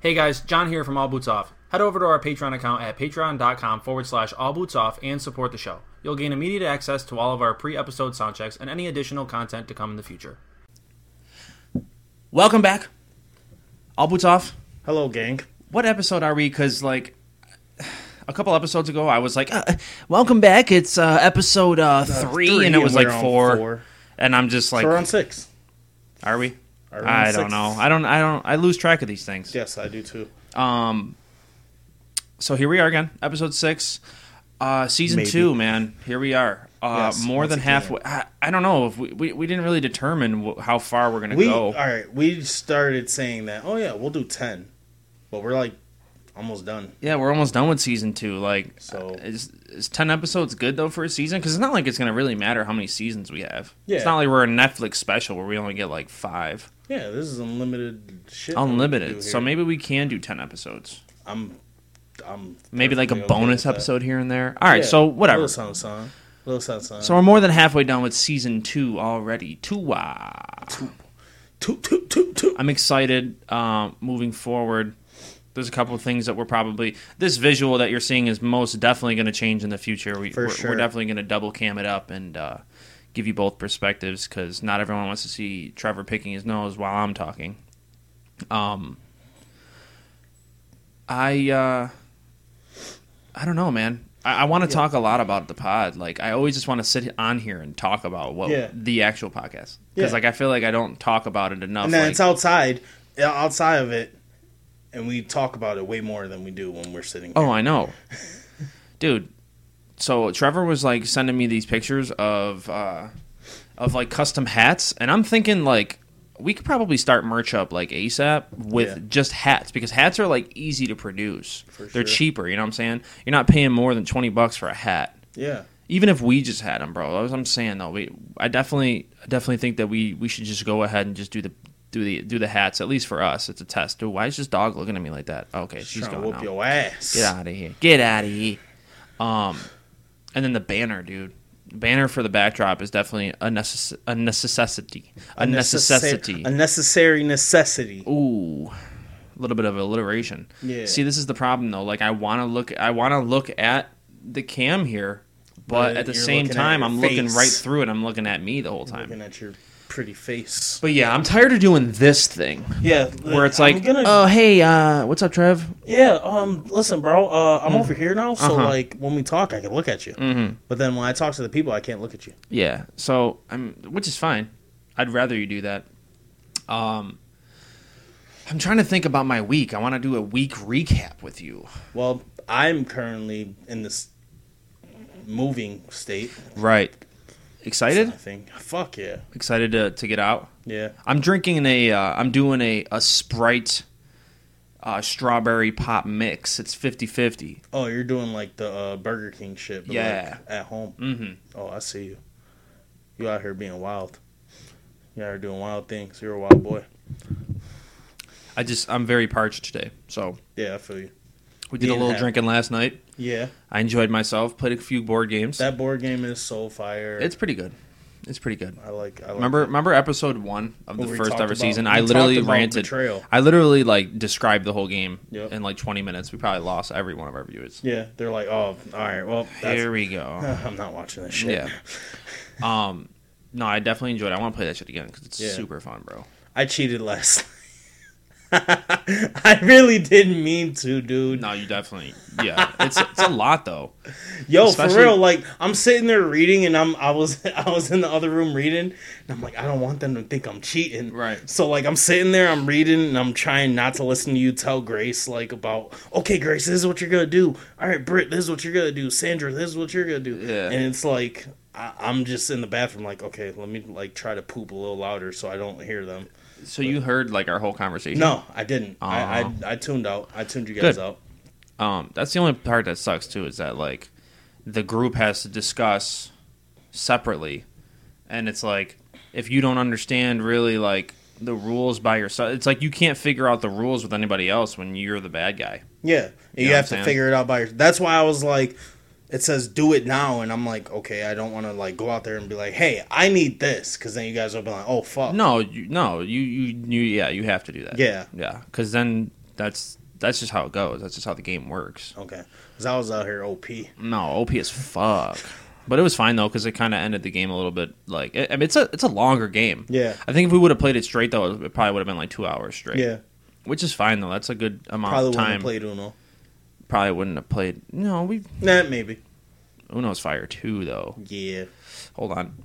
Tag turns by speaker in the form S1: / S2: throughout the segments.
S1: Hey guys, John here from All Boots Off. Head over to our Patreon account at patreon.com forward slash all boots off and support the show. You'll gain immediate access to all of our pre episode sound checks and any additional content to come in the future.
S2: Welcome back. All boots off.
S3: Hello, gang.
S2: What episode are we? Because like a couple episodes ago, I was like, uh, "Welcome back." It's uh, episode uh, three,
S3: three,
S2: and it was
S3: and
S2: like
S3: we're on
S2: four,
S3: four.
S2: and I'm just like,
S3: So we're on six.
S2: "Are we?"
S3: Are we on
S2: I don't
S3: six?
S2: know. I don't. I don't. I lose track of these things.
S3: Yes, I do too.
S2: Um. So here we are again, episode six, uh, season
S3: Maybe.
S2: two. Man, here we are. Uh,
S3: Yes,
S2: more
S3: once
S2: than
S3: again.
S2: halfway. I, I don't know if we, we, we didn't really determine wh- how far we're gonna
S3: We
S2: go.
S3: all right. We started saying that. Oh yeah, we'll do ten, but we're like almost done.
S2: Yeah, we're almost done with season two. Like, so
S3: So-
S2: is, is ten episodes good though for a season? Because it's not like it's gonna really matter how many seasons we have.
S3: Yeah.
S2: it's not like we're a Netflix special where we only get like five,
S3: Yeah, this is unlimited shit. that we do here.
S2: unlimited. So maybe we can do ten episodes.
S3: I'm, I'm
S2: Maybe like a
S3: perfectly okay
S2: bonus
S3: with that.
S2: episode here and there. All right,
S3: Yeah,
S2: so
S3: Little
S2: whatever.
S3: sound, son. Little sound, son.
S2: So we're more than halfway done with season two already. Two,
S3: toot toot toot toot.
S2: I'm excited. Um, moving forward, there's a couple of things that we're probably this visual that you're seeing is most definitely going to change in the future. We,
S3: For
S2: we're,
S3: sure.
S2: we're definitely going to double cam it up and uh, give you both perspectives because not everyone wants to see Trevor picking his nose while I'm talking. Um, I uh, I don't know, man. I, I want to talk a lot about the pod. Like I always just want to sit on here and talk about what
S3: Yeah.
S2: the actual podcast because
S3: Yeah.
S2: like I feel like I don't talk about it enough.
S3: And then
S2: like-
S3: it's outside, yeah, outside of it, and we talk about it way more than we do when we're sitting.
S2: Oh,
S3: here.
S2: I know, dude. So Trevor was like sending me these pictures of uh, of like custom hats, and I'm thinking like we could probably start merch up like ASAP with
S3: Yeah.
S2: just hats because hats are like easy to produce. They're
S3: sure.
S2: cheaper, you know what I'm saying? You're not paying more than twenty bucks for a hat.
S3: yeah.
S2: Even if we just had them, bro. That's what I'm saying though. We I definitely I definitely think that we we should just go ahead and just do the do the do the hats at least for us. It's a test. Dude, why is this dog looking at me like that? Okay, she's
S3: Trying to
S2: going
S3: whoop
S2: now.
S3: your ass.
S2: Get out of here. Get out of here. Um, and then the banner, dude. Banner for the backdrop is definitely a, necess- a necessity. A necessity.
S3: A necessary necessity.
S2: Ooh, a little bit of alliteration.
S3: Yeah.
S2: See, this is the problem though. Like, I want to look. I want to look at the cam here, but,
S3: But
S2: at the
S3: you're
S2: same
S3: looking at
S2: time,
S3: your
S2: I'm looking
S3: face.
S2: right through it. I'm looking at me the whole
S3: Looking
S2: time.
S3: at your pretty face.
S2: But yeah, I'm tired of doing this thing
S3: Yeah,
S2: where it's
S3: I'm
S2: like,
S3: gonna-
S2: oh hey, uh, what's up, Trev?
S3: yeah. Um, listen, bro. Uh,
S2: Mm.
S3: I'm over here now,
S2: Uh-huh.
S3: so like when we talk, I can look at you.
S2: Mm-hmm.
S3: But then when I talk to the people, I can't look at you.
S2: Yeah. So I'm, which is fine. I'd rather you do that. Um, I'm trying to think about my week. I want to do a week recap with you.
S3: Well, I'm currently in this moving state.
S2: Right.
S3: I
S2: Excited?
S3: think. Fuck yeah,
S2: Excited to, to get out.
S3: yeah.
S2: I'm drinking a. Uh, I'm doing a a Sprite. Uh, strawberry pop mix. It's 50-50.
S3: Oh, you're doing like the uh, Burger King shit. But
S2: Yeah.
S3: Like, at home.
S2: Mm-hmm.
S3: Oh, I see you. You out here being wild. You out here doing wild things. You're a wild boy.
S2: I just I'm very parched today, so
S3: Yeah, I feel you.
S2: we did
S3: Me
S2: a
S3: and
S2: little
S3: Hap.
S2: drinking last night.
S3: Yeah,
S2: I enjoyed myself. Played a few board games.
S3: that board game is so fire.
S2: It's pretty good. It's pretty good.
S3: I like. I like
S2: Remember,
S3: it.
S2: remember episode one of the
S3: What we
S2: first
S3: talked
S2: ever
S3: about-
S2: season.
S3: we
S2: I
S3: talked
S2: literally
S3: about
S2: ranted.
S3: betrayal.
S2: I literally like described the whole game
S3: Yep.
S2: in like 20 minutes. We probably lost every one of our viewers.
S3: Yeah, they're like, oh, all right, well, that's,
S2: Here we go.
S3: I'm not watching this shit.
S2: yeah. Um. No, I definitely enjoyed. it. I want to play that shit again because it's
S3: Yeah.
S2: super fun, bro.
S3: I cheated last. night. I really didn't mean to, dude.
S2: No, you definitely. Yeah, it's it's a lot though.
S3: Yo, for
S2: especially-
S3: real, like I'm sitting there reading, and I'm I was I was in the other room reading, and I'm like, I don't want them to think I'm cheating.
S2: Right.
S3: So like I'm sitting there, I'm reading, and I'm trying not to listen to you tell Grace like about, okay, Grace, this is what you're gonna do. All right, Britt, this is what you're gonna do. Sandra, this is what you're gonna do.
S2: Yeah.
S3: And it's like I, I'm just in the bathroom, like, okay, let me like try to poop a little louder so I don't hear them.
S2: So you heard like our whole conversation.
S3: No, I didn't. I,
S2: Aw.
S3: I I tuned out. I tuned you guys
S2: Good.
S3: out.
S2: Um. That's the only part that sucks too is that like the group has to discuss separately, and it's like if you don't understand really like the rules by yourself, it's like you can't figure out the rules with anybody else when you're the bad guy.
S3: Yeah, you,
S2: know what I'm
S3: have to
S2: saying?
S3: figure it out by yourself. That's why I was like, it says do it now, and I'm like, okay, I don't want to like go out there and be like, hey, I need this, because then you guys will be like, oh fuck.
S2: No, you, no, you, you, you, yeah, you have to do that.
S3: Yeah.
S2: yeah, because then that's that's just how it goes. That's just how the game works.
S3: Okay, because I was out here OP.
S2: No, OP as fuck. But it was fine though because it kind of ended the game a little bit. Like I I mean, it's a it's a longer game.
S3: Yeah.
S2: I think if we would have played it straight though, it probably would have been like two hours straight.
S3: Yeah,
S2: Which is fine though. That's a good amount
S3: probably
S2: of
S3: wouldn't
S2: time.
S3: have played Uno.
S2: Probably wouldn't have played. No, we
S3: Nah, maybe.
S2: Uno's Fire two though.
S3: Yeah,
S2: Hold on.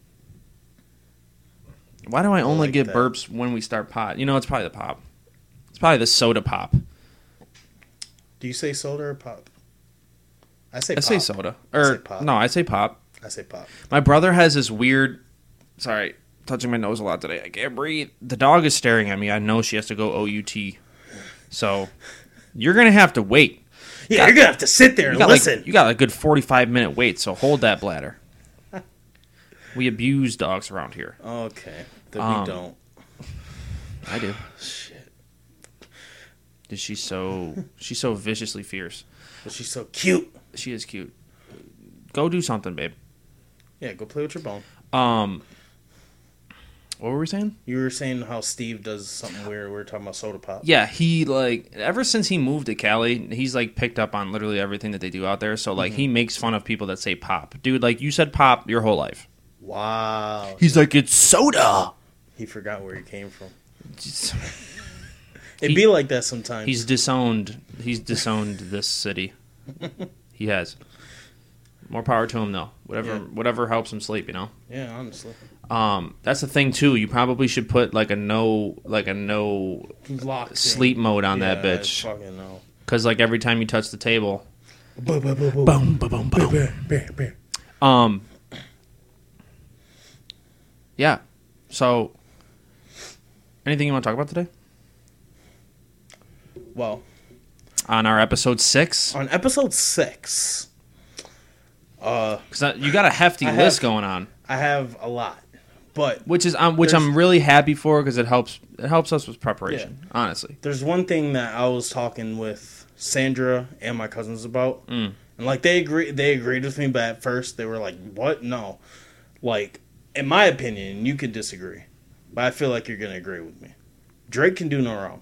S2: Why do I only
S3: like
S2: give
S3: that.
S2: burps when we start pot? You know, it's probably the pop. It's probably the soda pop.
S3: do you say soda or pop? I say
S2: I
S3: pop.
S2: say soda.
S3: say
S2: Or
S3: pop.
S2: no, I say pop.
S3: I say pop.
S2: My brother has this weird. Sorry, touching my nose a lot today. I can't breathe. The dog is staring at me. I know she has to go out. So you're gonna have to wait.
S3: Yeah, you're gonna have to sit there
S2: You
S3: and
S2: got
S3: listen.
S2: like you got a good forty five minute wait. So hold that bladder. we abuse dogs around here.
S3: okay, then
S2: Um,
S3: we don't.
S2: I do.
S3: Shit,
S2: Is she so? She's so viciously fierce.
S3: but she's so cute.
S2: She is cute. Go do something, babe.
S3: Yeah, go play with your bone.
S2: Um. What were we saying?
S3: You were saying how Steve does something weird. We were talking about soda pop.
S2: Yeah, he like ever since he moved to Cali, he's like picked up on literally everything that they do out there. So like
S3: Mm-hmm.
S2: he makes fun of people that say pop. Dude, like you said pop your whole life.
S3: Wow,
S2: He's like it's soda.
S3: he forgot where he came from.
S2: Just-
S3: It'd
S2: He-
S3: be like that sometimes.
S2: He's disowned. He's disowned this city. He has. More power to him though. Whatever
S3: Yeah.
S2: whatever helps him sleep, you know.
S3: yeah, honestly,
S2: Um that's the thing too. You probably should put like a no like a no
S3: locked in.
S2: sleep mode on that
S3: Yeah,
S2: bitch
S3: Fucking no.
S2: cuz like every time you touch the table
S3: Boom, boom, boom, boom.
S2: boom boom boom boom Um. Yeah. So, anything you want to talk about today
S3: Well,
S2: on our episode six?
S3: on episode six, uh,
S2: Because you got a hefty
S3: I have-
S2: list going on,
S3: I have a lot, but
S2: which is um, which I'm
S3: There's-
S2: really happy for because it helps it helps us with preparation. Honestly,
S3: there's one thing that I was talking with Sandra and my cousins about,
S2: Mm.
S3: and like they agree, they agreed with me, but at first they were like, "What? No!" Like, in my opinion, you can disagree, but I feel like you're gonna agree with me. Drake can do no wrong.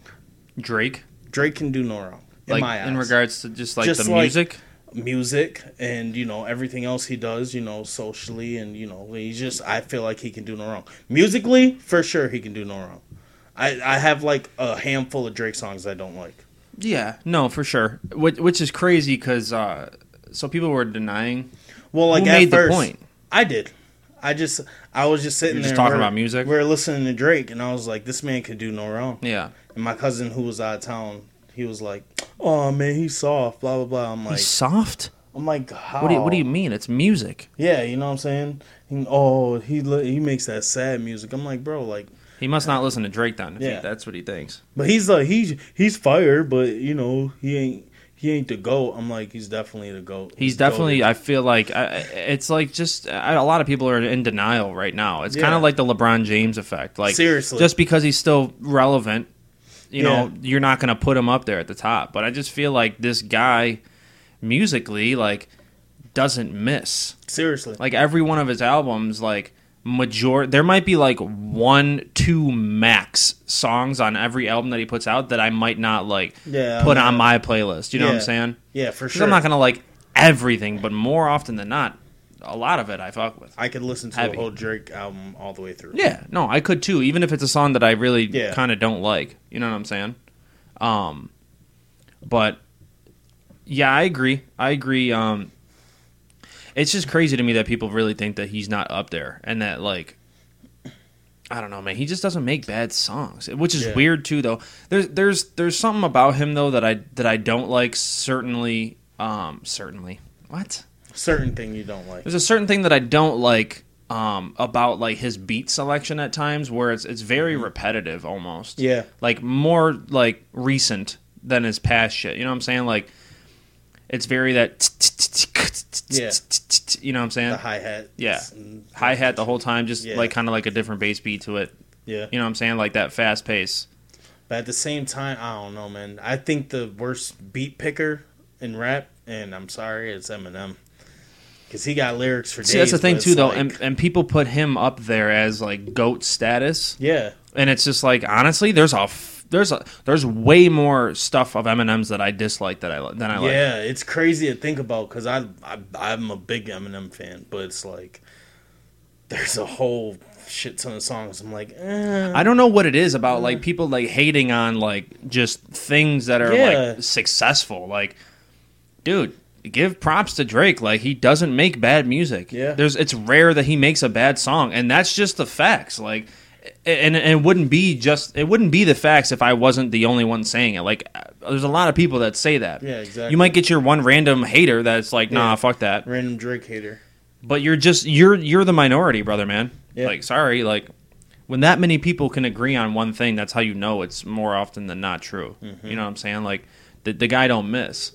S2: Drake,
S3: Drake can do no wrong. In
S2: like
S3: my eyes.
S2: in regards to just like
S3: Just
S2: the
S3: like-
S2: music,
S3: music and you know everything else he does you know socially and you know he's just i feel like he can do no wrong musically for sure he can do no wrong i i have like a handful of drake songs i don't like
S2: yeah, no, for sure. Which, which is crazy because uh, so people were denying.
S3: well like
S2: Who
S3: at
S2: made the
S3: first
S2: point?
S3: i did i just i was just sitting
S2: You're
S3: there
S2: just
S3: and
S2: talking
S3: we're-
S2: about music?
S3: we are listening to drake and i was like this man could do no wrong
S2: Yeah,
S3: and my cousin who was out of town he was like oh man he's soft blah blah blah i'm like oh.
S2: he's soft.
S3: i'm like how
S2: What do you, what do you mean? It's music.
S3: Yeah, you know what I'm saying. He- oh, he li- he makes that sad music. I'm like, bro, like,
S2: He must not listen to Drake then. If yeah,
S3: Yeah.
S2: that's what he thinks.
S3: but he's like he's he's fire, but you know he ain't he ain't the goat. I'm like, he's definitely the goat.
S2: He's definitely. I feel like I, it's like just I, a lot of people are in denial right now. It's kind
S3: Yeah.
S2: of like the LeBron James effect. Like
S3: Seriously.
S2: just because he's still relevant, you know,
S3: Yeah.
S2: you're not going to put him up there at the top. But I just feel like this guy, musically, like doesn't miss.
S3: seriously.
S2: Like every one of his albums, like major, there might be like one, two max songs on every album that he puts out that I might not like
S3: Yeah,
S2: put
S3: I'm
S2: on my playlist. You know what I'm
S3: Yeah.
S2: saying?
S3: yeah, for
S2: 'Cause
S3: sure.
S2: I'm not gonna like everything, but more often than not, a lot of it I fuck with.
S3: I could listen to
S2: Heavy.
S3: a whole Drake album all the way through.
S2: Yeah, no, I could too, even if it's a song that I really
S3: Yeah.
S2: kind of don't like. You know what I'm saying? Um, but yeah, I agree. I agree. Um, it's just crazy to me that people really think that he's not up there, and that like, I don't know, man. He just doesn't make bad songs, which is
S3: Yeah.
S2: weird too, though. There's there's there's something about him though that I that I don't like. Certainly, um, certainly. What?
S3: certain thing you don't like.
S2: there's a certain thing that I don't like um, about like his beat selection at times, where it's it's very repetitive almost.
S3: Mm-hmm. Yeah.
S2: like more like recent than his past shit. You know what I'm saying? Like it's very that.
S3: Yeah.
S2: You know what I'm
S3: The
S2: saying?
S3: hi hat.
S2: Yeah, hi hat the whole time, just
S3: Yeah.
S2: like kind of like a different bass beat to it.
S3: Yeah.
S2: You know what I'm saying? Like that fast pace.
S3: But at the same time, I don't know, man. I think the worst beat picker in rap, and I'm sorry, it's Eminem, because he got lyrics for days.
S2: See, that's the
S3: but
S2: thing
S3: it's
S2: too, though,
S3: like-
S2: and and people put him up there as like goat status.
S3: yeah,
S2: and it's just like honestly there's a f- there's a, there's way more stuff of M and M's that I dislike that I li- than I like.
S3: yeah, it's crazy to think about because I, I I'm a big Eminem fan, but it's like there's a whole shit ton of songs. I'm like, eh.
S2: I don't know what it is about like people like hating on like just things that are
S3: Yeah.
S2: like successful. Like, dude, give props to Drake. Like he doesn't make bad music.
S3: Yeah.
S2: there's it's rare that he makes a bad song, and that's just the facts. Like, and, and it wouldn't be just it wouldn't be the facts if I wasn't the only one saying it. Like, uh, there's a lot of people that say that.
S3: Yeah, exactly.
S2: You might get your one random hater that's like, nah,
S3: Yeah.
S2: fuck that.
S3: random Drake hater.
S2: But you're just you're you're the minority, brother man.
S3: Yeah.
S2: Like sorry, like when that many people can agree on one thing, that's how you know it's more often than not true. You know what I'm saying? Like the the guy don't miss.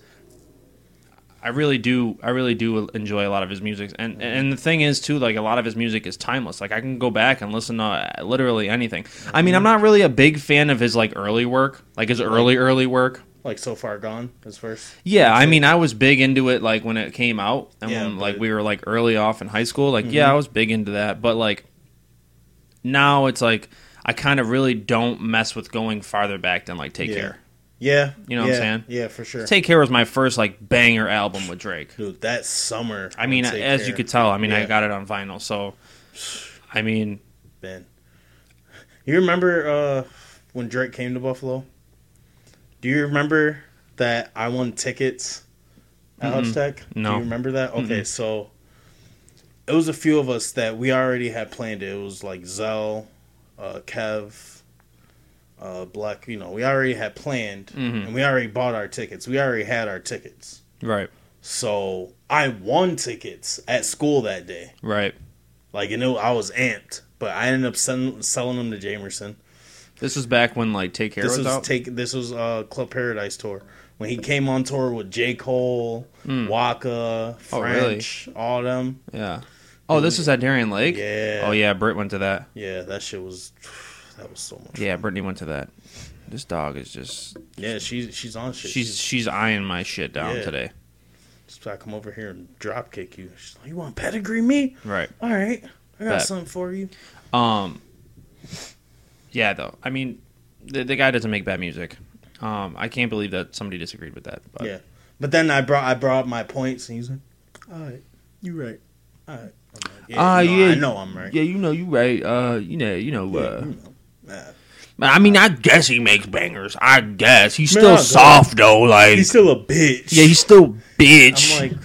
S2: I really do I really do enjoy a lot of his music. And and the thing is too, like a lot of his music is timeless. Like I can go back and listen to uh, literally anything. I mean, I'm not really a big fan of his like early work, like his early early work.
S3: Like so far gone is first.
S2: Yeah, I mean, I was big into it like when it came out, and
S3: Yeah,
S2: when, like
S3: but- Mm-hmm.
S2: we were like early off in high school. Like, yeah, I was big into that, but like now it's like I kind of really don't mess with going farther back than like Take
S3: Yeah.
S2: Care.
S3: Yeah,
S2: You know what I'm
S3: yeah,
S2: saying?
S3: Yeah, for sure.
S2: Take Care was my first like banger album with Drake.
S3: Dude, that summer.
S2: I mean,
S3: on Take
S2: as
S3: Care,
S2: you could tell, I mean, I
S3: Yeah.
S2: got it on vinyl, so I mean,
S3: man. You remember uh, when Drake came to Buffalo? Do you remember that I won tickets at Hutch Tech?
S2: No.
S3: Do you remember that? Okay, so it was a few of us that we already had planned it. It was like Zell, uh, Kev, uh, Black, you know, we already had planned and we already bought our tickets. We already had our tickets.
S2: right,
S3: So I won tickets at school that day.
S2: right.
S3: Like you know, I was amped, but I ended up selling, selling them to Jamerson.
S2: This was back when like Take Care
S3: This
S2: was,
S3: was
S2: out.
S3: take this was uh, Club Paradise tour when he came on tour with J Cole, Waka,
S2: Hmm. Oh, really?
S3: French, all them.
S2: yeah. Oh, this was at Darien Lake.
S3: Yeah.
S2: Oh yeah, Britt went to that.
S3: Yeah, that shit was that was so much. Yeah,
S2: Yeah, Brittany went to that. This dog is just
S3: she's she's on shit.
S2: she's she's eyeing my shit down
S3: Yeah.
S2: today.
S3: so I come over here and drop kick you. She's like, you want pedigree me?
S2: Right.
S3: All right, I got
S2: Bet.
S3: something for you.
S2: Um. Yeah, though. I mean, the, the guy doesn't make bad music. Um, I can't believe that somebody disagreed with that. But
S3: Yeah, but then I brought I brought up my points and he's like, all right, you right, all right. I'm like, yeah,
S2: Ah,
S3: no,
S2: yeah.
S3: I know I'm right.
S2: yeah, you know, you right. Uh, you know, you know.
S3: Yeah,
S2: Uh,
S3: you know. Nah.
S2: I mean, I guess he makes bangers. I guess he's
S3: Man,
S2: still
S3: I guess.
S2: soft though. Like,
S3: He's still a bitch.
S2: yeah, he's still bitch.
S3: I'm like,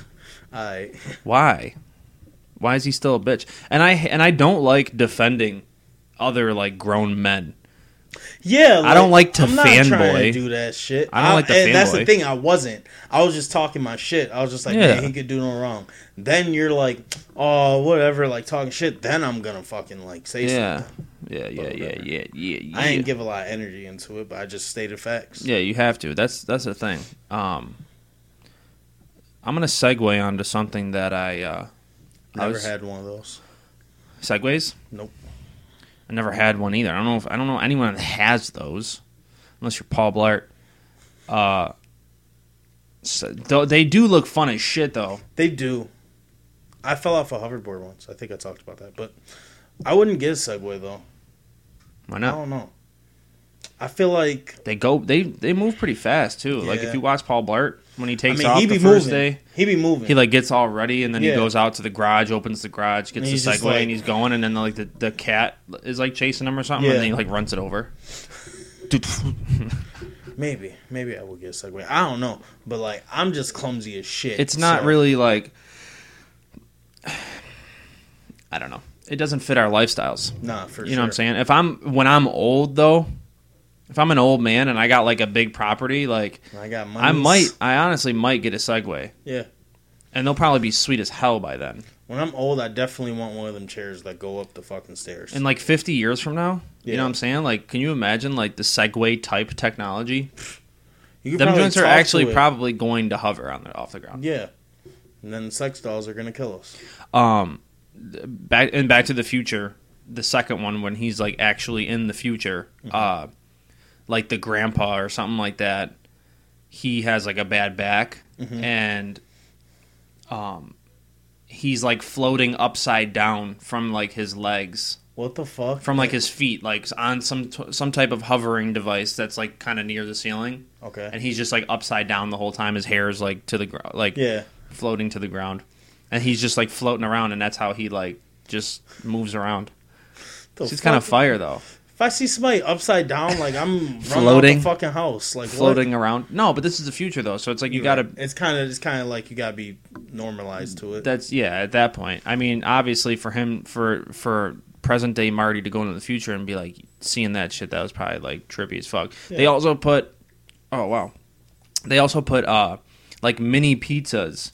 S3: I
S2: why why is he still a bitch and i and i don't like defending other like grown men
S3: yeah. Like,
S2: don't like to
S3: I'm not
S2: fanboy.
S3: trying to do that shit.
S2: I don't like to
S3: and That's the
S2: fanboy.
S3: thing. I wasn't. I was just talking my shit. I was just like,
S2: Yeah.
S3: man, he could do no wrong. Then you're like, oh, whatever, like talking shit. Then I'm gonna fucking like say
S2: yeah
S3: something.
S2: yeah yeah yeah
S3: whatever.
S2: yeah yeah yeah
S3: I didn't give a lot of energy into it, but I just stated facts.
S2: yeah you have to that's that's the thing um i'm gonna segue onto something that i uh I
S3: Never
S2: was-
S3: had one of those.
S2: segues
S3: Nope.
S2: i never had one either i don't know if i don't know anyone that has those unless you're paul blart uh so, though they do look fun as shit though
S3: They do. I fell off a hoverboard once. I think I talked about that, but I wouldn't get a Segway though.
S2: why
S3: I
S2: not
S3: don't know. I feel like
S2: they go they they move pretty fast too. Like
S3: Yeah.
S2: if you watch Paul Blart when he
S3: I
S2: takes
S3: mean,
S2: off
S3: he
S2: the
S3: be
S2: first
S3: moving.
S2: day,
S3: He be moving.
S2: he like gets all ready and then he
S3: Yeah.
S2: goes out to the garage, opens the garage, gets the
S3: he's
S2: Segway,
S3: just like-
S2: and he's going. And then like the, the cat is like chasing him or something,
S3: Yeah.
S2: and then he like runs it over. Dude,
S3: Maybe, maybe I will get a Segway. I don't know, but like I'm just clumsy as shit.
S2: it's not
S3: so-
S2: really like I don't know. It doesn't fit our lifestyles.
S3: nah for
S2: you know what I'm
S3: sure.
S2: saying? If I'm when I'm old though, if I'm an old man and I got like a big property, like
S3: I got money.
S2: I might, I honestly might get a Segway.
S3: Yeah,
S2: and they'll probably be sweet as hell by then.
S3: when I'm old, I definitely want one of them chairs that go up the fucking stairs.
S2: And like 50 years from now, you know
S3: Yeah.
S2: what I'm saying? Like, can you imagine like the Segway type technology?
S3: you could
S2: Them
S3: probably
S2: joints are
S3: talk to
S2: actually
S3: it.
S2: probably going to hover on the off the ground.
S3: yeah. And then sex dolls are gonna kill us.
S2: Um, th- back and Back to the Future, the second one when he's like actually in the future,
S3: Mm-hmm.
S2: uh, like the grandpa or something like that. He has like a bad back,
S3: Mm-hmm.
S2: and um, he's like floating upside down from like his legs
S3: What the fuck?
S2: from like his feet, like on some t- some type of hovering device that's like kind of near the ceiling, and
S3: okay.
S2: he's just like upside down the whole time. His hair is like to the ground, like
S3: Yeah.
S2: floating to the ground, and he's just like floating around, and that's how he like just moves around.
S3: The
S2: He's kind of
S3: fuck?
S2: fire though,
S3: If I see somebody upside down, like I'm floating
S2: Floating.
S3: the fucking house, like what?
S2: floating around. No, but this is the future though, so it's like you gotta.
S3: It's kind of it's kind of like you gotta be normalized to it.
S2: That's yeah. At that point, I mean, obviously for him, for for present day Marty to go into the future and be like seeing that shit, that was probably like trippy as fuck. They
S3: Yeah.
S2: also put, oh wow, they also put uh like mini pizzas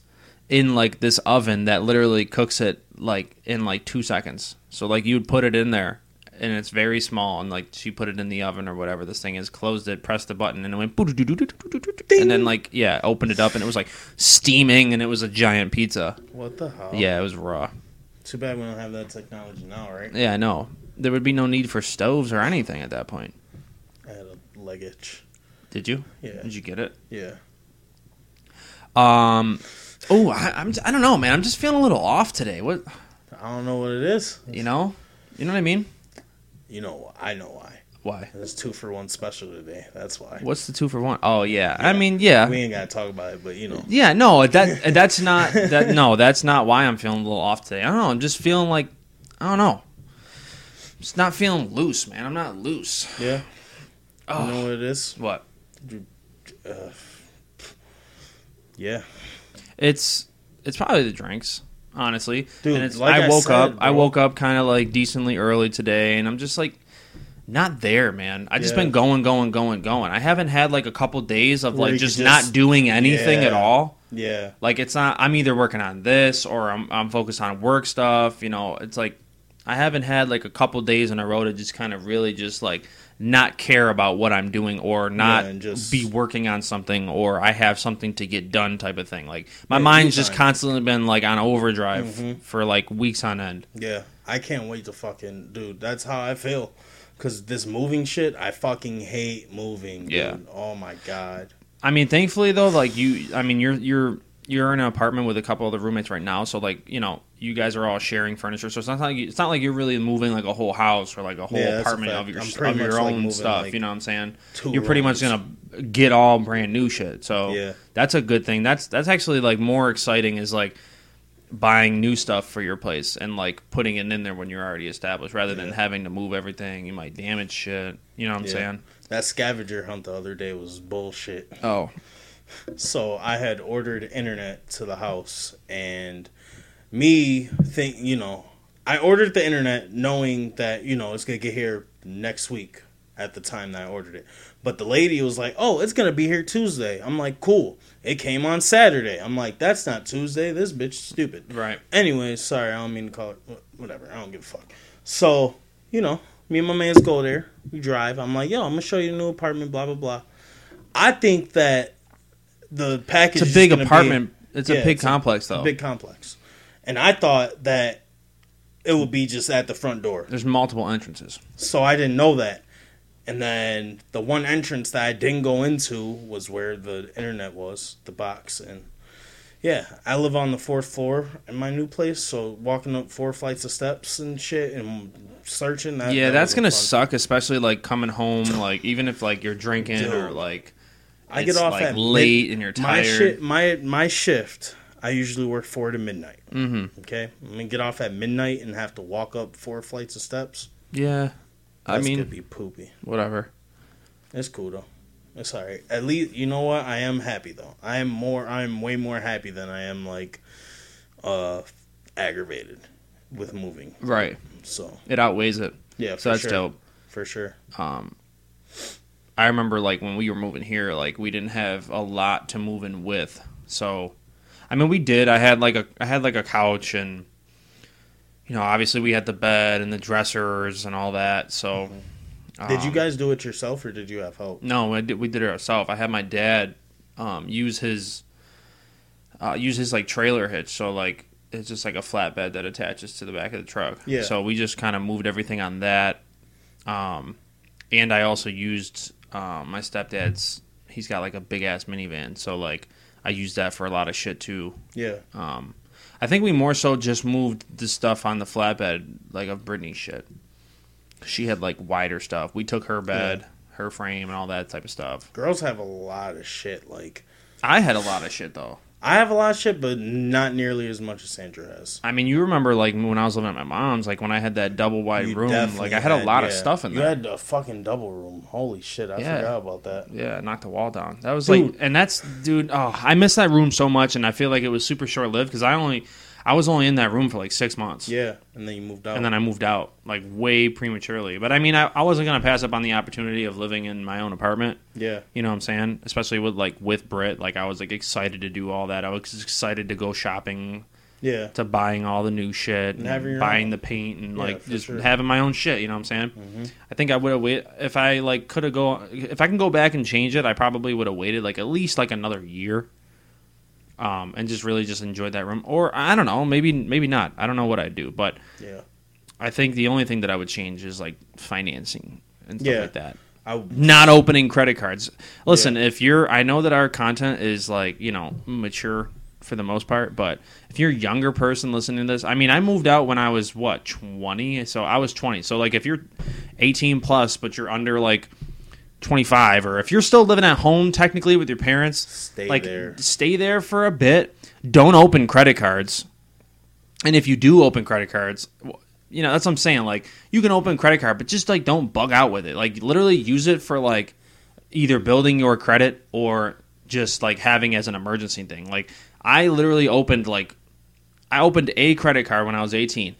S2: in like this oven that literally cooks it like in like two seconds. So like you'd put it in there. And it's very small, and like she put it in the oven or whatever this thing is, closed it, pressed the button, and it went, and then like yeah, opened it up, and it was like steaming, and it was a giant pizza.
S3: what the hell?
S2: Yeah, it was raw.
S3: Too bad we don't have that technology now, right?
S2: Yeah, I know. There would be no need for stoves or anything at that point.
S3: I had a leg itch.
S2: Did you?
S3: Yeah.
S2: Did you get it?
S3: Yeah.
S2: Um. Oh, I, I'm. I don't know, man. I'm just feeling a little off today. What?
S3: I don't know what it is.
S2: You know? You know what I mean?
S3: You know, I know why.
S2: Why?
S3: It's two for one special today. That's why.
S2: What's the two for one? Oh yeah. I mean, yeah.
S3: We ain't gotta talk about it, but you know.
S2: yeah. No. That. That's not. That. No. That's not why I'm feeling a little off today. I don't know. I'm just feeling like. I don't know. Just not feeling loose, man. I'm not loose.
S3: Yeah.
S2: Oh.
S3: You know what it is?
S2: What?
S3: Uh, yeah.
S2: It's it's probably the drinks, honestly.
S3: Dude,
S2: and it's,
S3: like
S2: I
S3: I
S2: woke
S3: said,
S2: up. I
S3: bro.
S2: woke up kind of like decently early today, and I'm just like not there, man. I just
S3: Yeah.
S2: been going, going, going, going. I haven't had like a couple days of
S3: Where
S2: like
S3: you
S2: just,
S3: just-
S2: not doing anything at
S3: Yeah.
S2: all.
S3: Yeah.
S2: Like it's not. I'm either working on this or I'm I'm focused on work stuff. You know, it's like I haven't had like a couple days in a row to just kind of really just like not care about what I'm doing or not
S3: and just-
S2: be working on something or I have something to get done type of thing. Like my
S3: Yeah, Mm-hmm.
S2: mind's
S3: me
S2: just
S3: time.
S2: constantly been like on overdrive for like weeks on end.
S3: Yeah, I can't wait to fucking dude. That's how I feel. Cause this moving shit, I fucking hate moving. Dude.
S2: Yeah.
S3: Oh my god.
S2: I mean, thankfully though, like you, I mean, you're you're you're in an apartment with a couple other roommates right now, so like you know, you guys are all sharing furniture, so it's not like you, it's not like you're really moving like a whole house or like a whole
S3: Yeah, that's a
S2: apartment
S3: fact.
S2: of your
S3: I'm
S2: of
S3: pretty
S2: your
S3: much, like,
S2: own
S3: moving,
S2: stuff.
S3: like,
S2: you know what I'm saying?
S3: two
S2: You're pretty much
S3: rooms.
S2: gonna get all brand new shit. So
S3: Yeah.
S2: that's a good thing. That's that's actually like more exciting is like buying new stuff for your place and like putting it in there when you're already established rather than
S3: Yeah.
S2: having to move everything you might damage shit you know what i'm
S3: Yeah.
S2: saying
S3: That scavenger hunt the other day was bullshit.
S2: oh
S3: So I had ordered internet to the house, and me think you know I ordered the internet knowing that you know it's gonna get here next week at the time that I ordered it. But the lady was like, "Oh, it's gonna be here Tuesday." I'm like, "Cool." It came on Saturday. I'm like, "That's not Tuesday. This bitch is stupid."
S2: Right.
S3: Anyway, sorry, I don't mean to call it wh- whatever. I don't give a fuck. So you know, me and my man's go there. We drive. I'm like, "Yo, I'm gonna show you the new apartment." Blah blah blah. I think that the package
S2: it's
S3: is
S2: a big
S3: gonna be-
S2: apartment. it's
S3: yeah,
S2: a big
S3: it's a-
S2: complex, though.
S3: big complex. And I thought that it would be just at the front door.
S2: There's multiple entrances.
S3: So I didn't know that. And then the one entrance that I didn't go into was where the internet was, the box. And yeah, I live on the fourth floor in my new place. So walking up four flights of steps and shit and searching. That,
S2: yeah,
S3: that
S2: that's
S3: wasn't
S2: gonna
S3: fun.
S2: suck, especially like coming home, like even if like you're drinking or
S3: Dude.
S2: like
S3: I
S2: it's,
S3: get off
S2: like,
S3: at mid-
S2: late and you're
S3: My
S2: tired.
S3: shit, my my shift. I usually work four to midnight. Mm-hmm. Okay, I'm gonna get off at midnight and have to walk up four flights of steps.
S2: yeah. I
S3: That's
S2: mean,
S3: gonna be poopy.
S2: whatever.
S3: It's cool though. It's alright. At least you know what? I am happy though. I am more. I am way more happy than I am like uh aggravated with moving.
S2: Right.
S3: So
S2: It outweighs it.
S3: yeah, for
S2: so that's
S3: sure.
S2: dope.
S3: for sure.
S2: Um, I remember like when we were moving here, like we didn't have a lot to move in with. So, I mean, we did. I had like a I had like a couch and, you know, obviously we had the bed and the dressers and all that. So,
S3: Did you
S2: um,
S3: guys do it yourself or did you have help?
S2: No, I did, we did it ourselves. I had my dad um, use his uh, use his like trailer hitch. So like it's just like a flatbed that attaches to the back of the truck.
S3: Yeah.
S2: So we just kind of moved everything on that. Um, and I also used um, my stepdad's. He's got like a big ass minivan. So like I used that for a lot of shit too.
S3: Yeah,
S2: Um, I think we more so just moved the stuff on the flatbed like of Britney shit. She had like wider stuff. We took her bed, her frame, and all that type of stuff.
S3: Girls have a lot of shit. Like
S2: I had a lot of shit though.
S3: I have a lot of shit, but not nearly as much as Sandra has.
S2: I mean, you remember like when I was living at my mom's, like when I had that double wide
S3: You
S2: room,
S3: definitely
S2: like I had a lot of
S3: yeah.
S2: stuff in
S3: you
S2: there.
S3: had a fucking double room. Holy shit! I
S2: Yeah.
S3: forgot about that.
S2: Yeah, I knocked the wall down. That was like,
S3: Dude.
S2: and that's dude. Oh, I miss that room so much, and I feel like it was super short lived because I only, I was only in that room for like six months,
S3: Yeah, and then you moved out.
S2: and then I moved out like way prematurely. But I mean, I, I wasn't gonna pass up on the opportunity of living in my own apartment.
S3: yeah,
S2: You know what I'm saying? Especially with like with Brit, like I was like excited to do all that. I was excited to go shopping,
S3: yeah.
S2: to buying all the new shit, and,
S3: having your
S2: buying
S3: own.
S2: the paint, and
S3: Yeah,
S2: like
S3: for
S2: just
S3: sure. Mm-hmm.
S2: having my own shit. You know what I'm saying? I think I would have waited if I like could have go if I can go back and change it. I probably would have waited like at least like another year, um, and just really just enjoyed that room. Or I don't know, maybe maybe not. I don't know what I'd do, but
S3: Yeah,
S2: I think the only thing that I would change is like financing and stuff
S3: Yeah.
S2: like that
S3: I
S2: not opening credit cards. Listen, if you're, I know that our content is like, you know, mature for the most part, but if you're a younger person listening to this, I mean, I moved out when I was what, 20? So I was 20. So like if you're 18 plus, but you're under like 25, or if you're still living at home technically with your parents,
S3: Stay
S2: like
S3: there.
S2: stay there for a bit. Don't open credit cards. And if you do open credit cards, w- you know, that's what I'm saying. Like, you can open credit card, but just like don't bug out with it. Like, literally use it for like either building your credit or just like having as an emergency thing. Like, I literally opened like I opened a credit card when I was 18.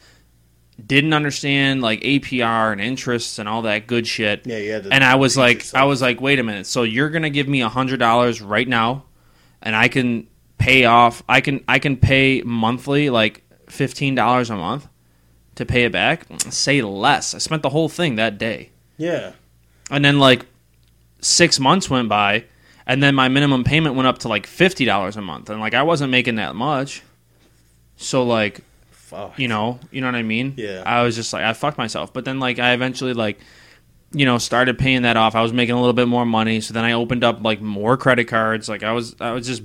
S2: Didn't understand like APR and interests and all that good shit.
S3: Yeah, you had to
S2: And I was
S3: teach
S2: like,
S3: yourself.
S2: I was like, wait a minute. So you're gonna give me a hundred dollars right now, and I can pay off. I can I can pay monthly like fifteen dollars a month to pay it back. Say less. I spent the whole thing that day,
S3: yeah.
S2: and then like six months went by, and then my minimum payment went up to like fifty dollars a month, and like I wasn't making that much. So like
S3: Fuck.
S2: you know, you know what I mean?
S3: Yeah.
S2: I was just like, I fucked myself. But then, like, I eventually, like, you know, started paying that off. I was making a little bit more money. So then I opened up, like, more credit cards. Like, I was, I was just,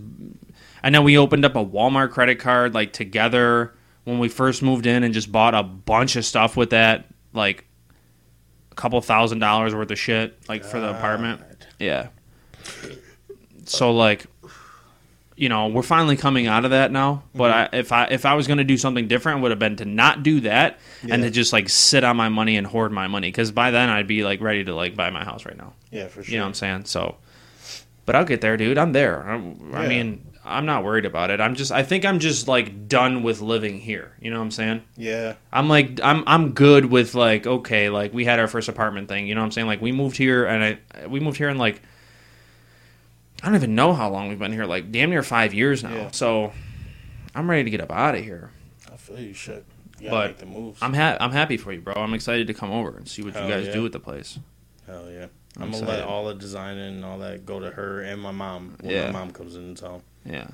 S2: I know we opened up a Walmart credit card, like, together when we first moved in and just bought a bunch of stuff with that, like, a couple thousand dollars worth of shit, like, for
S3: Ah,
S2: the apartment.
S3: God.
S2: Yeah. So like, you know, we're finally coming out of that now. But
S3: Mm-hmm.
S2: I, if I if I was going to do something different, it would have been to not do that and
S3: Yeah.
S2: to just like sit on my money and hoard my money. Because by then I'd be like ready to like buy my house right now.
S3: Yeah, for sure.
S2: You know what I'm saying? So, but I'll get there, dude. I'm there. i I
S3: Yeah.
S2: mean, I'm not worried about it. I'm just I think I'm just like done with living here. You know what I'm saying?
S3: yeah,
S2: I'm like I'm I'm good with like okay like we had our first apartment thing you know what I'm saying like we moved here and I we moved here in like I don't even know how long we've been here like damn near five years now
S3: Yeah.
S2: so I'm ready to get up out of here
S3: I feel you shit. You gotta
S2: But
S3: make the moves.
S2: I'm ha- I'm happy for you bro I'm excited to come over and see what
S3: Hell
S2: you guys
S3: yeah.
S2: do with the place
S3: Hell yeah.
S2: I'm
S3: I'm, gonna
S2: excited.
S3: let all the designing and all that go to her and my mom when
S2: Yeah.
S3: my mom comes in town.
S2: yeah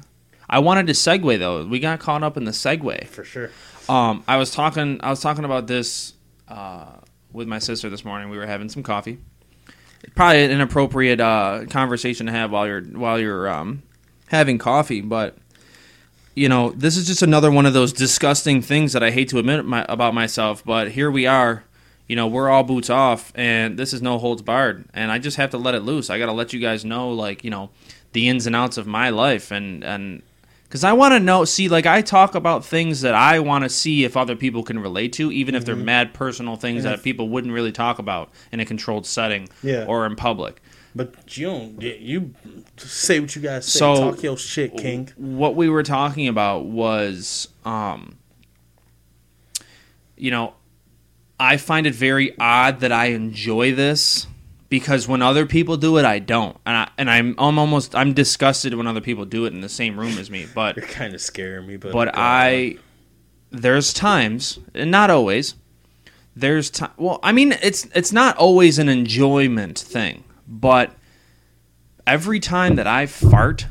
S2: I wanted to segue though we got caught up in the segue
S3: For sure.
S2: Um, I was talking. I was talking about this uh, with my sister this morning. We were having some coffee. Probably an inappropriate uh, conversation to have while you're while you're um, having coffee, but you know, this is just another one of those disgusting things that I hate to admit my, about myself. But here we are. You know, we're all boots off, and this is no holds barred. And I just have to let it loose. I got to let you guys know, like you know, the ins and outs of my life, and and because I want to know. See, like I talk about things that I want to see if other people can relate to, even if they're mad personal things that people wouldn't really talk about in a controlled setting
S3: Yeah.
S2: or in public.
S3: But you don't. You say what you guys say.
S2: So-
S3: Talk your shit, King.
S2: What we were talking about was, um, you know, I find it very odd that I enjoy this because when other people do it, I don't, and I and I'm, I'm almost I'm disgusted when other people do it in the same room as me. But
S3: You're kind of scaring me, but
S2: but I there's times, and not always. There's time. Well, I mean, it's it's not always an enjoyment thing, but every time that I fart,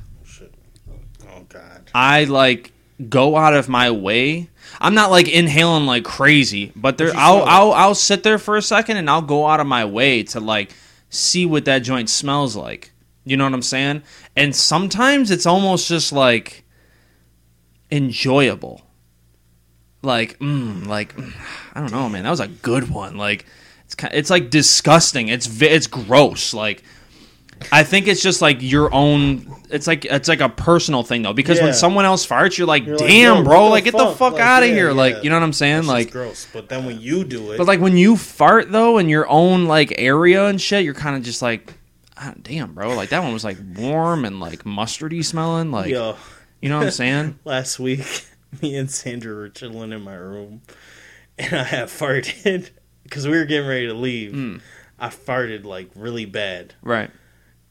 S3: Oh God.
S2: I like go out of my way. I'm not like inhaling like crazy, but there
S3: But you
S2: I'll
S3: smell it.
S2: I'll I'll sit there for a second and I'll go out of my way to like see what that joint smells like. You know what I'm saying? And sometimes it's almost just like mm, enjoyable. Like, mm, like I don't know, man. That was a good one. Like It's kind, it's like disgusting. It's vi- it's gross. Like I think it's just like your own. It's like it's like a personal thing though, because
S3: Yeah.
S2: when someone else farts, you're like,
S3: You're like,
S2: damn,
S3: yo,
S2: bro,
S3: what
S2: like
S3: the
S2: get the
S3: fuck?
S2: fuck
S3: Like,
S2: out of
S3: yeah,
S2: here.
S3: yeah.
S2: Like you know what I'm saying?
S3: It's
S2: Like
S3: gross. But then when you do it,
S2: but like when you fart though in your own like area and shit, you're kind of just like, ah, damn, bro. Like that one was like warm and like mustardy smelling. Like
S3: yo,
S2: you know what I'm saying?
S3: last week, me and Sandra were chilling in my room, and I had farted because we were getting ready to leave.
S2: Hmm.
S3: I farted like really bad,
S2: right.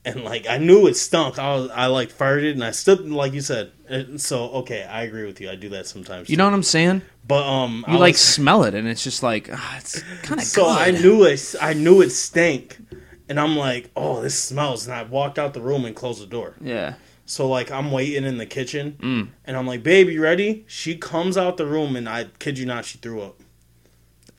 S3: and like I knew it stunk. I was, I like farted, and I stood like you said. And so okay, I agree with you. I do that sometimes.
S2: You
S3: too.
S2: know what I'm saying?
S3: but um,
S2: You
S3: I
S2: like
S3: was-
S2: smell it and it's just like ah, it's kind of
S3: so
S2: good.
S3: I knew it. I knew it stank, and I'm like, oh, this smells. And I walked out the room and closed the door.
S2: Yeah.
S3: So like I'm waiting in the kitchen,
S2: Mm.
S3: and I'm like, "Babe, you ready?" She comes out the room, and I kid you not, she threw up.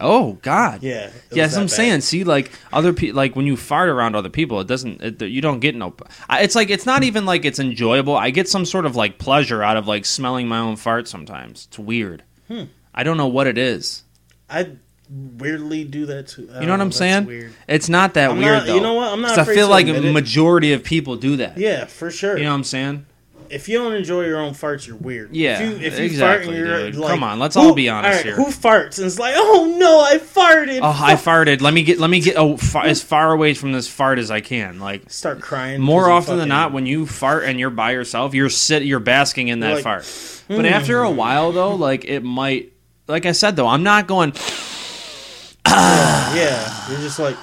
S2: Oh God.
S3: Yeah, it was
S2: Yeah, that's
S3: that
S2: what I'm
S3: bad.
S2: saying. See, like other people, like when you fart around other people, it doesn't. It, you don't get no. I- It's like it's not even like it's enjoyable. I get some sort of like pleasure out of like smelling my own fart. Sometimes it's weird.
S3: Hmm.
S2: I don't know what it is.
S3: I weirdly do that too. I
S2: You
S3: don't
S2: know what I'm
S3: Oh, that's
S2: saying?
S3: Weird.
S2: It's not that
S3: I'm
S2: weird
S3: not-
S2: though.
S3: you know what? I'm not
S2: 'Cause I
S3: afraid
S2: feel
S3: to
S2: like a
S3: admit it.
S2: majority of people do that.
S3: Yeah, for sure.
S2: You know what I'm saying?
S3: if you don't enjoy your own farts, you're weird.
S2: Yeah,
S3: if you, if you
S2: exactly,
S3: fart and you're
S2: dude.
S3: like,
S2: Come on, let's
S3: who-
S2: all be honest
S3: alright,
S2: here.
S3: Who farts and it's like, oh no, I farted.
S2: Oh, I farted. Let me get. Let me get oh, far, as far away from this fart as I can. Like
S3: Start crying
S2: More
S3: 'cause you
S2: often than
S3: fucking-
S2: not, when you fart and you're by yourself, you're sit you're basking in that
S3: You're like, "Hmm."
S2: fart. But after a while, though, like it might, like I said, though, I'm not going.
S3: Yeah, you're just like,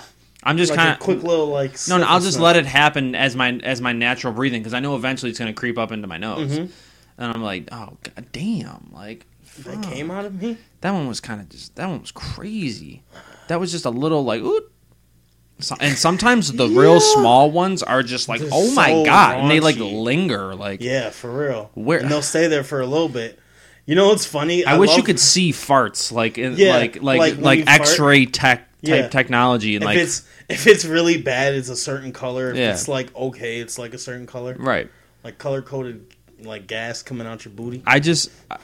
S2: I'm just
S3: like
S2: kind
S3: a
S2: of
S3: quick little like.
S2: No,
S3: sniff
S2: no,
S3: or
S2: I'll just
S3: something.
S2: let it happen as my as my natural breathing because I know eventually it's going to creep up into my nose,
S3: Mm-hmm.
S2: and I'm like, oh god damn, like fuck.
S3: That came out of me.
S2: That one was kind of just that one was crazy. That was just a little like ooh. So- and sometimes the
S3: Yeah.
S2: real small ones are just like
S3: They're
S2: oh my
S3: so
S2: god, and they like
S3: raunchy.
S2: linger like.
S3: Yeah, for real.
S2: Where-
S3: and they'll stay there for a little bit. You know what's funny?
S2: I, wish you
S3: love-
S2: could see farts like in,
S3: Yeah,
S2: like like
S3: like
S2: like,
S3: when you fart.
S2: X-ray tech type
S3: Yeah.
S2: technology and
S3: If
S2: like
S3: it's if it's really bad, it's a certain color. If
S2: Yeah.
S3: it's like okay, it's like a certain color.
S2: right.
S3: Like color coded like gas coming out your booty.
S2: I just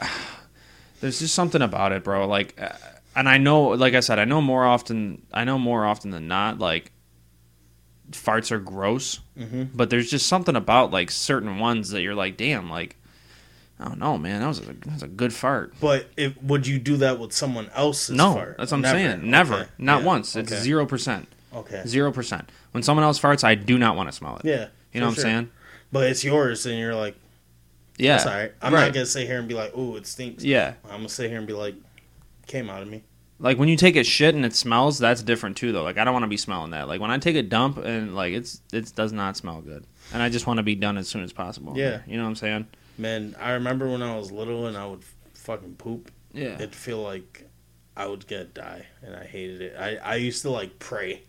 S2: there's just something about it, bro. Like, uh, and I know, like I said, I know more often. I know more often than not, like farts are gross,
S3: Mm-hmm.
S2: but there's just something about like certain ones that you're like, damn, like I don't know, man. That was a, that was a good fart.
S3: But if would you do that with someone else's
S2: No,
S3: fart?
S2: that's what I'm
S3: Never.
S2: saying. Never,
S3: Okay.
S2: not
S3: Yeah.
S2: once. It's
S3: Okay.
S2: zero percent,
S3: Okay.
S2: zero percent. When someone else farts, I do not want to smell it.
S3: Yeah.
S2: you know
S3: for
S2: what
S3: sure.
S2: I'm saying.
S3: But it's yours and you're like,
S2: Yeah,
S3: it's all right. I'm
S2: Right.
S3: not gonna sit here and be like, ooh, it stinks.
S2: Yeah.
S3: I'm gonna sit here and be like, came out of me.
S2: Like when you take a shit and it smells, that's different too though. Like I don't want to be smelling that. Like when I take a dump and like it's it does not smell good. And I just want to be done as soon as possible.
S3: Yeah.
S2: You know what I'm saying?
S3: Man, I remember when I was little and I would fucking poop
S2: Yeah.
S3: it'd feel like I would get die, and I hated it. I, I used to like pray,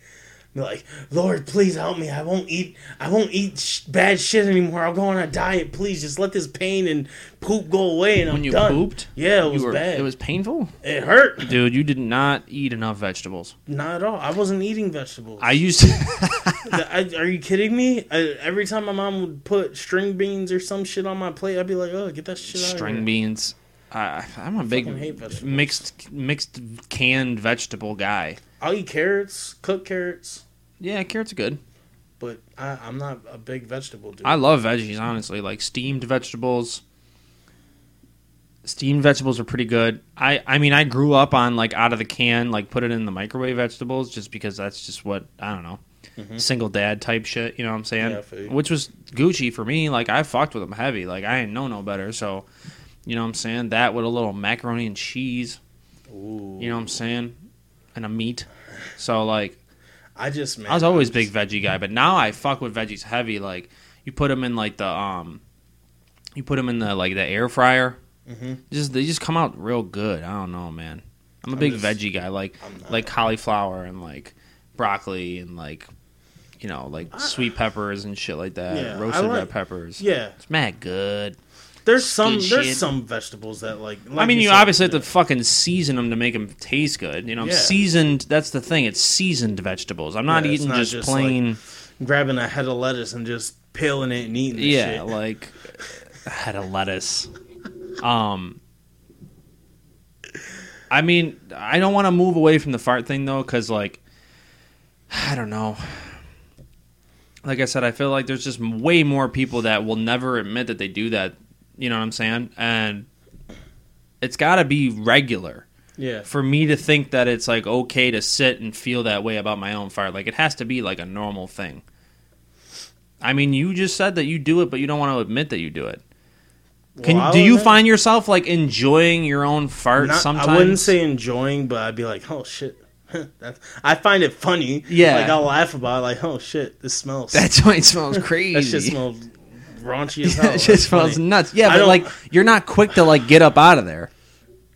S3: be like, Lord, please help me. I won't eat. I won't eat sh- bad shit anymore. I'll go on a diet. Please, just let this pain and poop go away, and
S2: when
S3: I'm
S2: you
S3: done.
S2: pooped?
S3: yeah, it
S2: you
S3: was
S2: were-
S3: bad.
S2: It was painful?
S3: It hurt.
S2: Dude, you did not eat enough vegetables.
S3: Not at all. I wasn't eating vegetables.
S2: I used to
S3: I, are you kidding me? I, every time my mom would put string beans or some shit on my plate, I'd be like, "Oh, get that shit out of
S2: string
S3: here."
S2: beans. I I'm a
S3: fucking hate vegetables.
S2: big mixed mixed canned vegetable guy.
S3: I'll eat carrots, cooked carrots,
S2: Yeah, carrots are good.
S3: but I, I'm not a big vegetable dude.
S2: I love veggies, honestly. Like steamed vegetables. Steamed vegetables are pretty good. I I mean, I grew up on like out of the can, like put it in the microwave vegetables, just because that's just what I don't know, single dad type shit. You know what I'm saying?
S3: Mm-hmm. Yeah, I feel you.
S2: Which was Gucci for me. Like I fucked with them heavy. Like I didn't know no better. So, you know what I'm saying? That with a little macaroni and cheese.
S3: Ooh.
S2: You know what I'm saying? And a meat. So like
S3: I just man,
S2: I was
S3: I'm
S2: always a
S3: just-
S2: big veggie guy, but now I fuck with veggies heavy. Like you put them in like the um, you put them in the like the air fryer.
S3: Mm-hmm.
S2: Just they just come out real good. I don't know, man. I'm a big
S3: just-
S2: veggie guy. Like
S3: I'm not.
S2: like cauliflower and like broccoli and like you know like sweet peppers and shit like that.
S3: Yeah, I
S2: Roasted
S3: like-
S2: red peppers.
S3: Yeah,
S2: It's mad good.
S3: there's some
S2: Good
S3: there's
S2: shit.
S3: some vegetables that like.
S2: I
S3: like
S2: mean, you
S3: said,
S2: obviously have to fucking season them to make them taste good. You know,
S3: Yeah.
S2: seasoned. That's the thing. It's seasoned vegetables. I'm not
S3: Yeah, it's
S2: eating
S3: not
S2: just,
S3: just, like,
S2: plain.
S3: grabbing a head of lettuce and just peeling it and eating.
S2: yeah,
S3: Yeah, shit.
S2: like I had a lettuce. Um, I mean, I don't want to move away from the fart thing though, because like I don't know. Like I said, I feel like there's just way more people that will never admit that they do that. You know what I'm saying? And it's got to be regular
S3: Yeah.
S2: for me to think that it's like okay to sit and feel that way about my own fart. Like it has to be like a normal thing. I mean, you just said that you do it, but you don't want to admit that you do it. Can
S3: Well, I
S2: do you
S3: wouldn't-
S2: find yourself like enjoying your own fart
S3: Not-
S2: sometimes?
S3: I wouldn't say enjoying, but I'd be like, oh shit. That's, I find it funny.
S2: Yeah.
S3: Like I'll laugh about it, like, oh shit, this smells.
S2: that joint smells crazy.
S3: that shit smells raunchy as hell.
S2: That shit
S3: That's
S2: smells
S3: funny.
S2: nuts. Yeah,
S3: I
S2: but
S3: don't-
S2: like you're not quick to like get up out of there.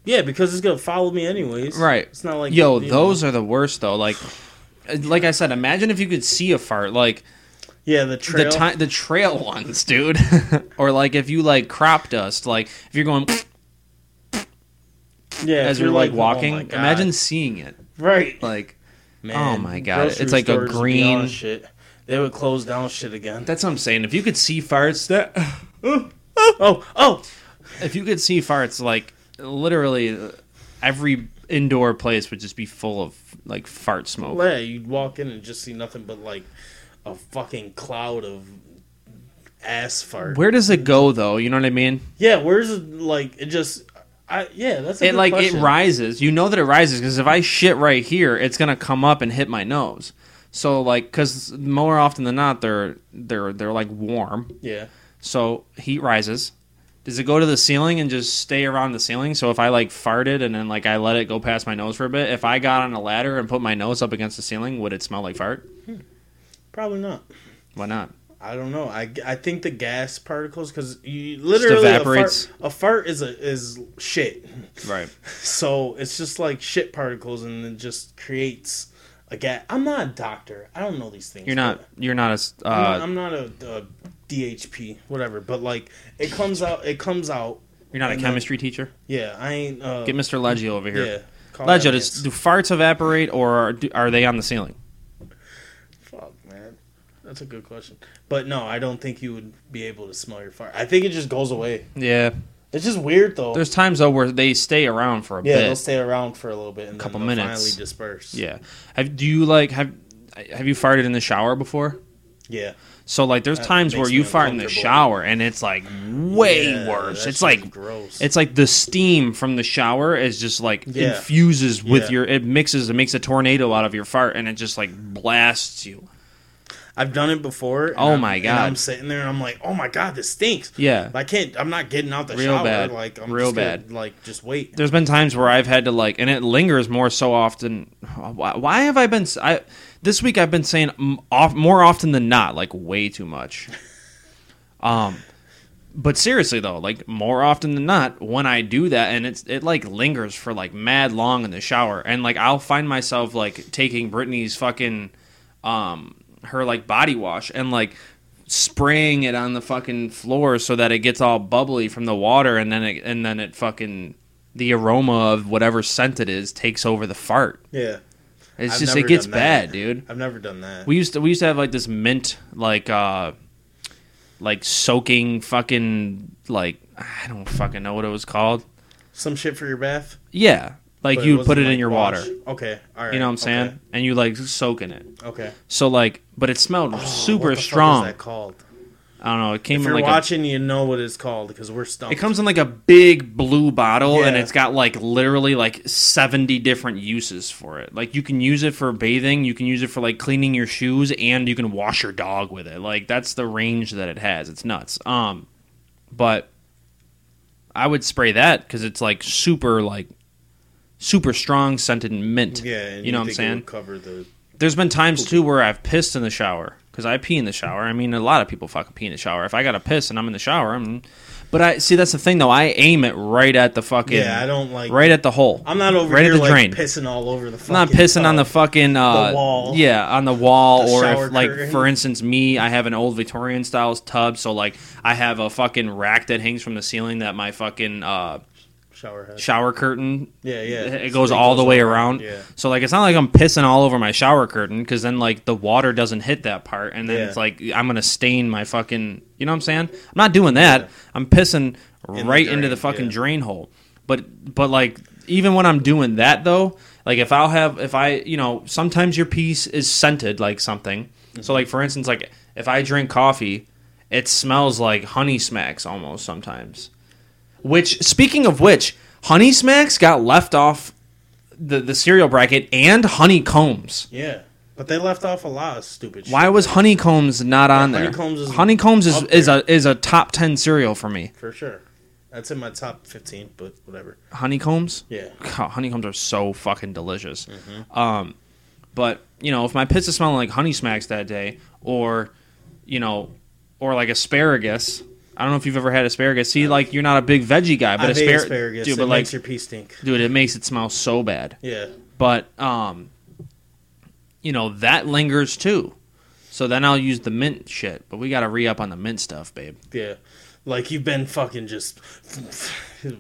S3: Yeah, because it's gonna follow me anyways.
S2: Right.
S3: It's not like
S2: yo,
S3: you know.
S2: those are the worst though. Like, like I said, imagine if you could see a fart. Like
S3: Yeah, the
S2: the
S3: trail.
S2: ti- the trail ones, dude. or like if you like crop dust, like if you're going
S3: yeah, if
S2: as you're like
S3: oh my
S2: walking,
S3: God.
S2: imagine seeing it.
S3: right.
S2: Like
S3: Man,
S2: oh my God,
S3: grocery
S2: it's like a
S3: stores would be
S2: green-
S3: on shit. They would close down shit again.
S2: that's what I'm saying. If you could see farts, that
S3: Oh, oh,
S2: if you could see farts, like literally uh, every indoor place would just be full of like fart smoke.
S3: yeah, you'd walk in and just see nothing but like a fucking cloud of ass fart.
S2: Where does it go though? You know what I mean?
S3: Yeah, where's the- like it just? I yeah, that's a
S2: It
S3: good
S2: like
S3: question.
S2: it rises. You know that it rises because if I shit right here, it's gonna come up and hit my nose. So like, because more often than not, they're they're they're like warm.
S3: Yeah,
S2: So heat rises. Does it go to the ceiling and just stay around the ceiling? So if I like farted and then like I let it go past my nose for a bit, if I got on a ladder and put my nose up against the ceiling, would it smell like fart?
S3: probably not.
S2: Why not?
S3: I don't know. I, I think the gas particles because you literally
S2: evaporates.
S3: A, fart, a fart is a is shit.
S2: Right.
S3: So it's just like shit particles, and it just creates a gas. I'm not a doctor. I don't know these things.
S2: You're not. You're not as. Uh,
S3: I'm not, I'm not a, a DHP, whatever. But like, it comes out. It comes out.
S2: you're not a
S3: I'm not-
S2: chemistry teacher.
S3: Yeah, I ain't. Uh,
S2: Get Mr. Leggio over here.
S3: yeah. call
S2: Leggio,
S3: that
S2: does, do
S3: man's-
S2: farts evaporate or are, do, are they on the ceiling?
S3: Fuck, man. That's a good question. But no, I don't think you would be able to smell your fart. I think it just goes away.
S2: Yeah.
S3: It's just weird though.
S2: There's times though where they stay around for a
S3: yeah,
S2: bit.
S3: they'll stay around for a little bit and
S2: Couple
S3: then they'll
S2: minutes.
S3: finally disperse.
S2: yeah. Have do you like have have you farted in the shower before?
S3: Yeah.
S2: So like, there's
S3: That
S2: times where
S3: makes
S2: you
S3: me
S2: fart in the
S3: uncomfortable.
S2: shower and it's like way
S3: Yeah,
S2: worse.
S3: that
S2: It's
S3: shit's
S2: like
S3: gross.
S2: it's like the steam from the shower is just like
S3: Yeah.
S2: infuses with
S3: Yeah.
S2: your. It mixes. It makes a tornado out of your fart and it just like blasts you.
S3: I've done it before. and
S2: Oh
S3: I'm-
S2: my
S3: and
S2: God.
S3: I'm sitting there and I'm like, oh my god, this stinks.
S2: Yeah.
S3: I can't. I'm not getting out the
S2: Real
S3: shower.
S2: bad.
S3: Like I'm
S2: Real
S3: just gonna,
S2: bad.
S3: Like just wait.
S2: There's been times where I've had to like, and it lingers more so often. Why, why have I been? s- I this week I've been saying mm, off more often than not, like way too much. Um, but seriously though, like more often than not, when I do that, and it's it like lingers for like mad long in the shower, and like I'll find myself like taking Brittany's fucking, um, her like body wash and like spraying it on the fucking floor so that it gets all bubbly from the water, and then it and then it fucking the aroma of whatever scent it is takes over the fart.
S3: Yeah.
S2: It's
S3: I've
S2: just it
S3: never
S2: gets
S3: done that.
S2: bad, dude.
S3: I've never done that.
S2: We used to we used to have like this mint like uh like soaking fucking like I don't fucking know what it was called.
S3: Some shit for your bath.
S2: Yeah. Like
S3: but
S2: you would put
S3: wasn't,
S2: it
S3: like,
S2: in your
S3: wash.
S2: water.
S3: Okay. All right.
S2: You know what I'm saying? And you like soak in it.
S3: Okay. okay.
S2: So like but it smelled
S3: Oh, What
S2: super
S3: the fuck is
S2: strong.
S3: that called?
S2: I don't know. It came in
S3: If you're
S2: like a,
S3: watching, you know what it's called because we're stumped.
S2: it comes in like a big blue bottle and
S3: Yeah.
S2: it's got like literally like 70 different uses for it. Like you can use it for bathing, you can use it for like cleaning your shoes and you can wash your dog with it. Like that's the range that it has. It's nuts. Um but I would spray that cuz it's like super like super strong scented mint.
S3: Yeah. and
S2: you know what I'm
S3: think it
S2: saying?
S3: would Cover the.
S2: There's been times too where I've pissed in the shower because I pee in the shower. I mean, a lot of people fucking pee in the shower. If I got to piss and I'm in the shower, I'm. But I see that's the thing though. I aim it right at the fucking.
S3: Yeah, I don't like.
S2: Right at the hole.
S3: I'm not over
S2: right
S3: here
S2: at the
S3: like
S2: drain.
S3: pissing all over the. Fucking
S2: I'm not pissing on the fucking uh,
S3: wall.
S2: Yeah, on the wall,
S3: The
S2: or
S3: shower
S2: if like
S3: curtain.
S2: for instance, me, I have an old Victorian styles tub, so like I have a fucking rack that hangs from the ceiling that my fucking uh,
S3: shower head.
S2: shower curtain
S3: Yeah, yeah.
S2: it goes all the way around.
S3: Yeah.
S2: So like it's not like I'm pissing all over my shower curtain because then like the water doesn't hit that part and then
S3: Yeah.
S2: it's like I'm gonna stain my fucking you know what I'm saying? I'm not doing that. I'm pissing
S3: the
S2: right into the
S3: drain,
S2: fucking
S3: yeah.
S2: drain hole. But but like even when I'm doing that though, Like if I'll have if I you know sometimes your piece is scented like something. So like for instance, like if I drink coffee, it smells like honey smacks almost sometimes. Which speaking of which, honey smacks got left off the the cereal bracket and honeycombs.
S3: Yeah, but they left off a lot of stupid.
S2: Why
S3: shit.
S2: was honeycombs not on there?
S3: Honeycombs is
S2: honeycombs is,
S3: up
S2: is
S3: there.
S2: a is a top ten cereal for me.
S3: For sure, that's in my top fifteen. But whatever.
S2: Honeycombs.
S3: Yeah.
S2: God, honeycombs are so fucking delicious.
S3: Mm-hmm.
S2: Um, but you know, if my pizza smelling like honey smacks that day, or you know, or like asparagus. I don't know if you've ever had asparagus. See, like you're not a big veggie guy, but
S3: I hate
S2: aspar-
S3: asparagus.
S2: dude,
S3: it
S2: but like,
S3: makes your pee stink.
S2: dude, it makes it smell so bad.
S3: Yeah,
S2: But um, you know that lingers too. So then I'll use the mint shit, but we got to re up on the mint stuff, babe.
S3: yeah. Like you've been fucking just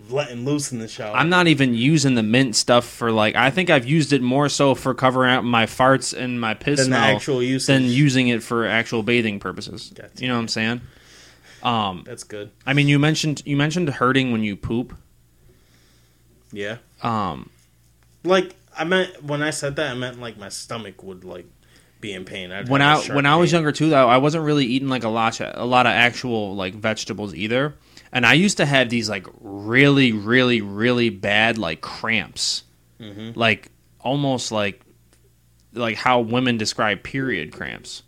S3: letting loose in the shower.
S2: I'm not even using the mint stuff for like. I think I've used it more so for covering up my farts and my piss
S3: Than the
S2: smell
S3: actual usage.
S2: than using it for actual bathing purposes.
S3: Gotcha.
S2: You know what I'm saying?
S3: That's good.
S2: I mean, you mentioned you mentioned hurting when you poop.
S3: Yeah.
S2: Um,
S3: Like I meant when I said that, I meant like my stomach would like be in pain. I'd
S2: when
S3: have
S2: I
S3: a sharp
S2: when I was
S3: pain.
S2: younger too, though, I wasn't really eating like a lot of, a lot of actual like vegetables either. And I used to have these like really, really, really bad like cramps,
S3: Mm-hmm.
S2: like almost like like how women describe period cramps,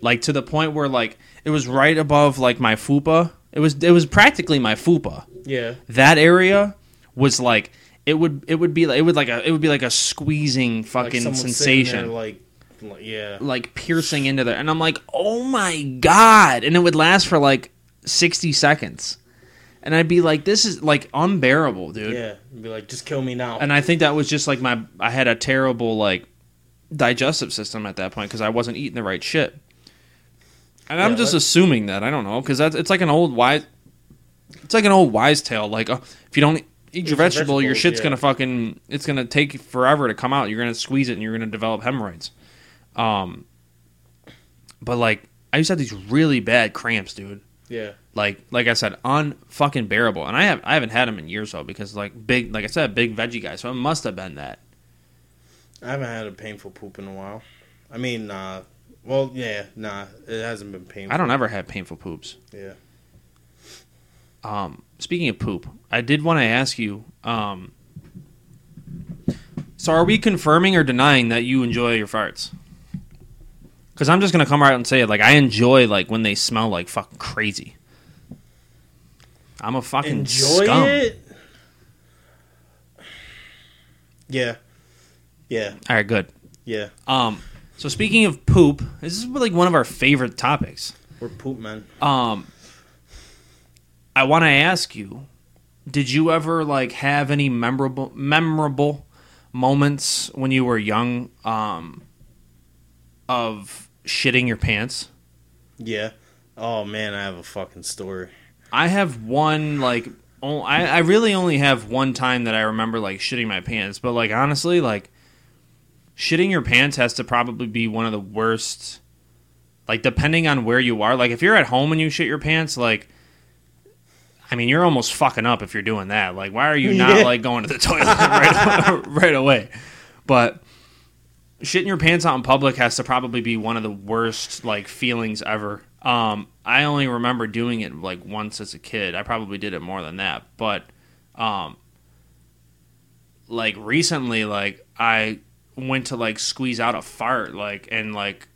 S2: like to the point where like it was right above like my fupa. It was it was practically my fupa.
S3: yeah,
S2: That area was like it would it would be like it would like a it would be like a squeezing
S3: like
S2: fucking
S3: someone sitting
S2: sensation
S3: there, like, like yeah,
S2: like piercing into there and i'm like oh my god and it would last for like 60 seconds and i'd be like this is like unbearable dude
S3: yeah. Be like, just kill me now.
S2: and i think that was just like my i had a terrible like digestive system at that point because i wasn't eating the right shit and i'm
S3: Yeah,
S2: just
S3: that-
S2: assuming that i don't know because that's it's like an old wise it's like an old wise tale like uh, if you don't eat your
S3: your
S2: vegetable your
S3: vegetables,
S2: shit's
S3: yeah.
S2: gonna fucking it's gonna take forever to come out you're gonna squeeze it and you're gonna develop hemorrhoids um but like i used to have these really bad cramps dude
S3: yeah,
S2: like like I said, on fucking bearable. And I have I haven't had them in years though because like big like I said, big veggie guy. So it must have been that.
S3: I haven't had a painful poop in a while. I mean, nah. Well, yeah, nah. It hasn't been painful.
S2: I don't ever have painful poops.
S3: Yeah.
S2: Um, speaking of poop, I did want to ask you. Um, so are we confirming or denying that you enjoy your farts? Because I'm just gonna come right out and say it. Like I enjoy like when they smell like fucking crazy. I'm a fucking
S3: enjoy
S2: scum.
S3: it. Yeah, yeah,
S2: All right, good.
S3: yeah.
S2: Um, so speaking of poop, this is like one of our favorite topics.
S3: We're poop men.
S2: Um, I want to ask you: Did you ever like have any memorable memorable moments when you were young um, of shitting your pants?
S3: Yeah. Oh man, I have a fucking story.
S2: I have one like o- I, I really only have one time that I remember like shitting my pants, but like honestly, like shitting your pants has to probably be one of the worst. Like depending on where you are, like if you're at home and you shit your pants, like I mean, you're almost fucking up if you're doing that. Like, why are you not
S3: Yeah.
S2: like going to the toilet right, right away? But shitting your pants out in public has to probably be one of the worst like feelings ever. Um, I only remember doing it like once as a kid. I probably did it more than that, but um, like recently, like I went to like squeeze out a fart, like and like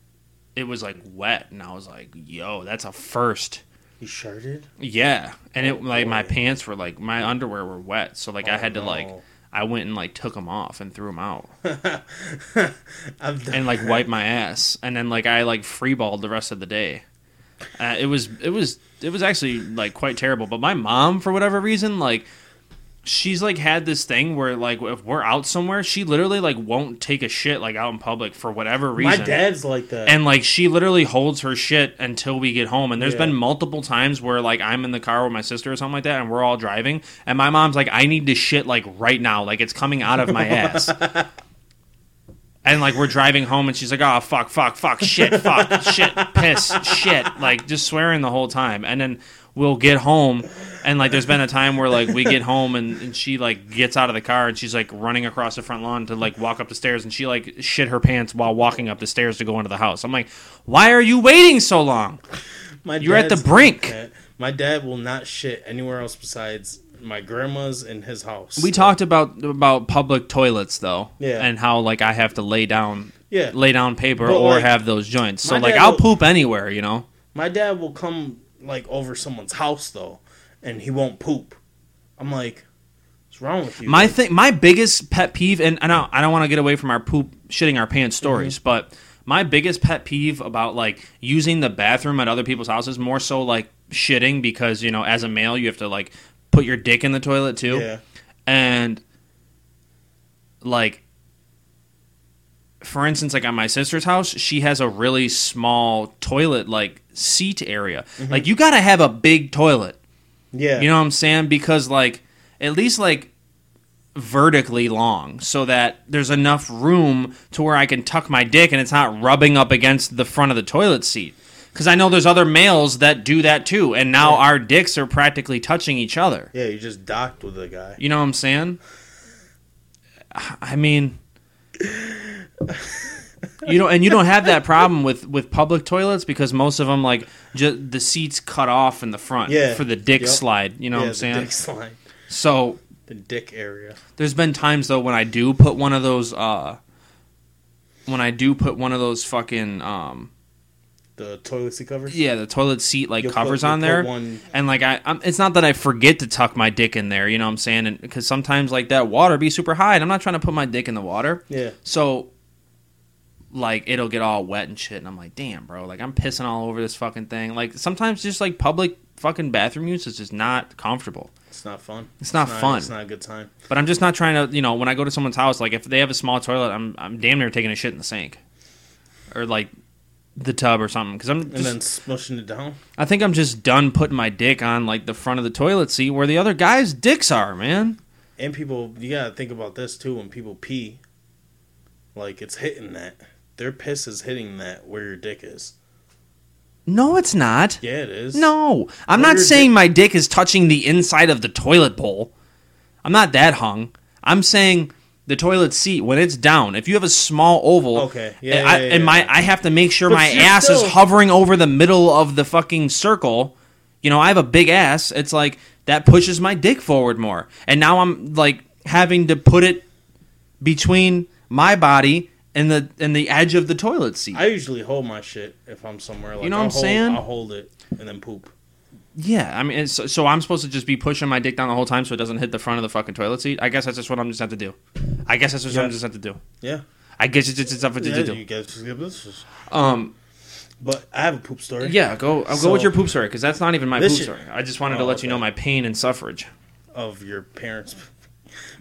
S2: it was like wet, and I was like, "Yo, that's a first.
S3: You sharded?
S2: Yeah, and it like my
S3: Oh, boy.
S2: pants were like my underwear were wet, so like I
S3: Oh,
S2: had to like
S3: no.
S2: I went and like took them off and threw them out
S3: I've done.
S2: and like wiped my ass, and then like I like freeballed the rest of the day. Uh, it was it was it was actually like quite terrible. But my mom, for whatever reason, like she's like had this thing where like if we're out somewhere, she literally like won't take a shit like out in public for whatever
S3: my
S2: reason.
S3: dad's like that.
S2: And like she literally holds her shit until we get home. And there's
S3: Yeah.
S2: been multiple times where like I'm in the car with my sister or something like that, and we're all driving, and my mom's like, "I need to shit like right now, like it's coming out of my ass." and like we're driving home, and she's like, "Oh fuck, fuck, fuck, shit, fuck, shit, piss, shit," like just swearing the whole time. And then we'll get home and like there's been a time where like we get home and, and she like gets out of the car and she's like running across the front lawn to like walk up the stairs and she like shit her pants while walking up the stairs to go into the house i'm like why are you waiting so long
S3: My
S2: You're at the
S3: dad's
S2: brink.
S3: like that. My dad will not shit anywhere else besides my grandma's and his house.
S2: we talked about about public toilets though
S3: Yeah.
S2: and how like i have to lay down
S3: Yeah.
S2: lay down paper
S3: But,
S2: or
S3: like,
S2: have those joints so
S3: my
S2: like
S3: dad
S2: i'll
S3: will-
S2: poop anywhere you know
S3: My dad will come like over someone's house though, and he won't poop. I'm like, what's wrong with you?
S2: My
S3: Like,
S2: thing, my biggest pet peeve, and I don't, I don't want to get away from our poop shitting our pants stories, but my biggest pet peeve about like using the bathroom at other people's houses, more so like shitting because you know as a male you have to like put your dick in the toilet too,
S3: yeah,
S2: and like for instance, like at my sister's house, she has a really small toilet like seat area. Like you got to have a big toilet.
S3: yeah,
S2: You know what I'm saying? Because like at least like vertically long so that there's enough room to where I can tuck my dick and it's not rubbing up against the front of the toilet seat. Cuz I know there's other males that do that too and now our dicks are practically touching each other.
S3: yeah. You just docked with the guy.
S2: You know what I'm saying? I mean you don't and you don't have that problem with with public toilets because most of them like just the seats cut off in the front
S3: Yeah.
S2: for the dick
S3: Yep.
S2: slide, you know
S3: yeah,
S2: what I'm saying?
S3: the dick slide,
S2: So
S3: the dick area.
S2: there's been times though when I do put one of those uh when I do put one of those fucking um
S3: The toilet seat covers.
S2: yeah, the toilet seat like
S3: You'll put-
S2: covers
S3: you'll
S2: on
S3: put
S2: there.
S3: one-
S2: And like I I'm, it's not that I forget to tuck my dick in there, you know what I'm saying? And cuz sometimes like that water be super high and I'm not trying to put my dick in the water.
S3: Yeah.
S2: So like it'll get all wet and shit and I'm like, "Damn, bro, like I'm pissing all over this fucking thing." Like sometimes just like public fucking bathroom use is just not comfortable.
S3: It's not fun.
S2: It's not fun.
S3: It's not a good time.
S2: But I'm just not trying to, you know, when I go to someone's house, like if they have a small toilet, I'm I'm damn near taking a shit in the sink, or like the tub or something. Because I'm,
S3: And
S2: just,
S3: then smushing it down.
S2: I think I'm just done putting my dick on like the front of the toilet seat where the other guys' dicks are, man.
S3: And people, you gotta think about this too. When people pee, like it's hitting that. Their piss is hitting that where your dick is.
S2: No, it's not.
S3: Yeah, it is.
S2: No, I'm
S3: Where
S2: not
S3: your
S2: saying
S3: dick-
S2: my dick is touching the inside of the toilet bowl. I'm not that hung. I'm saying the toilet seat when it's down. If you have a small oval,
S3: Okay. Yeah,
S2: and,
S3: yeah,
S2: I,
S3: yeah,
S2: and
S3: yeah.
S2: my I have to make sure
S3: But
S2: my
S3: you're
S2: ass
S3: still-
S2: is hovering over the middle of the fucking circle. You know, I have a big ass. It's like that pushes my dick forward more, and now I'm like having to put it between my body and the and the edge of the toilet seat.
S3: I usually hold my shit if I'm somewhere. Like,
S2: You know what
S3: I'll
S2: I'm
S3: hold,
S2: saying?
S3: I'll hold it and then poop.
S2: Yeah, I mean, it's, so I'm supposed to just be pushing my dick down the whole time so it doesn't hit the front of the fucking toilet seat. I guess that's just what I'm just have to do. I guess that's just what I'm
S3: Yeah.
S2: just have to do.
S3: Yeah.
S2: I guess it's just it's something
S3: Yeah,
S2: to do.
S3: you guys just give this.
S2: Um,
S3: But I have a poop story.
S2: yeah, go I'll go
S3: So-
S2: with your poop story because that's not even my poop
S3: This shit-
S2: story. I just wanted to
S3: Oh,
S2: let you know
S3: okay.
S2: my pain and suffrage.
S3: Of your parents.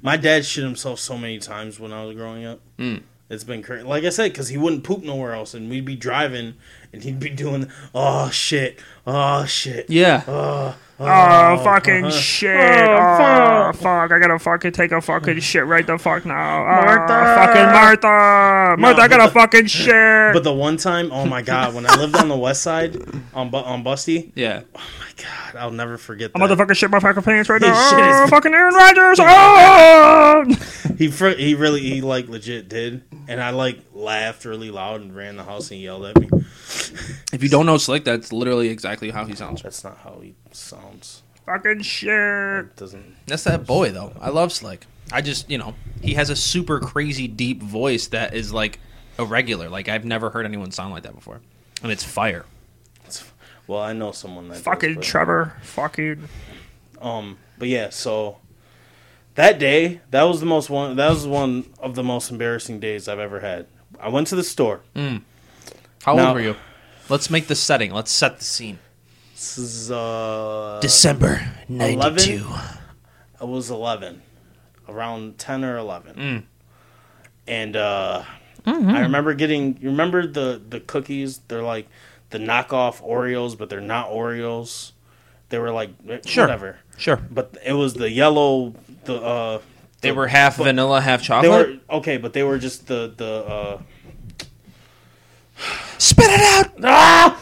S3: My dad shit himself so many times when I was growing up. Mm. It's been crazy. Like I said, because he wouldn't poop nowhere else, and we'd be driving, and he'd be doing, oh shit, oh shit.
S2: Yeah,
S4: Oh, fucking shit. Oh, fuck. I gotta fucking take a fucking shit right the fuck now. Martha! fucking Martha! Martha, I
S3: but
S4: gotta
S3: the-
S4: fucking shit!
S3: But the one time, oh my god, when I lived on the west side on Bu- on Busty,
S2: yeah.
S3: oh my god, I'll never forget that.
S4: I'm about to fucking shit my fucking pants right
S3: This
S4: now.
S3: shit is-
S4: Oh, fucking Aaron Rodgers! Oh!
S3: He fr- he really he like legit did, and I like laughed really loud and ran the house and yelled at me.
S2: If you don't know Slick, that's literally exactly how he sounds.
S3: That's not how he sounds.
S4: fucking shit.
S3: It doesn't.
S2: That's that boy though. I love Slick. I just you know he has a super crazy deep voice that is like irregular. Like I've never heard anyone sound like that before, and it's fire.
S3: It's, well, I know someone that does,
S4: Fucking
S3: but-
S4: Trevor. Fucking.
S3: Um, but yeah, so that day that was the most one that was one of the most embarrassing days I've ever had. I went to the store.
S2: How
S3: Now-
S2: old were you? Let's make the setting. Let's set the scene.
S3: This is uh,
S2: December
S3: 92. I was eleven, around ten or eleven, and uh,
S2: Mm-hmm.
S3: I remember getting. You remember the the cookies? They're like the knockoff Oreos, but they're not Oreos. They were like eh,
S2: Sure.
S3: whatever.
S2: Sure.
S3: But it was the yellow. The uh,
S2: They were half vanilla, half
S3: they
S2: chocolate.
S3: were okay, but they were just the the uh,
S2: Spit it out. Ah!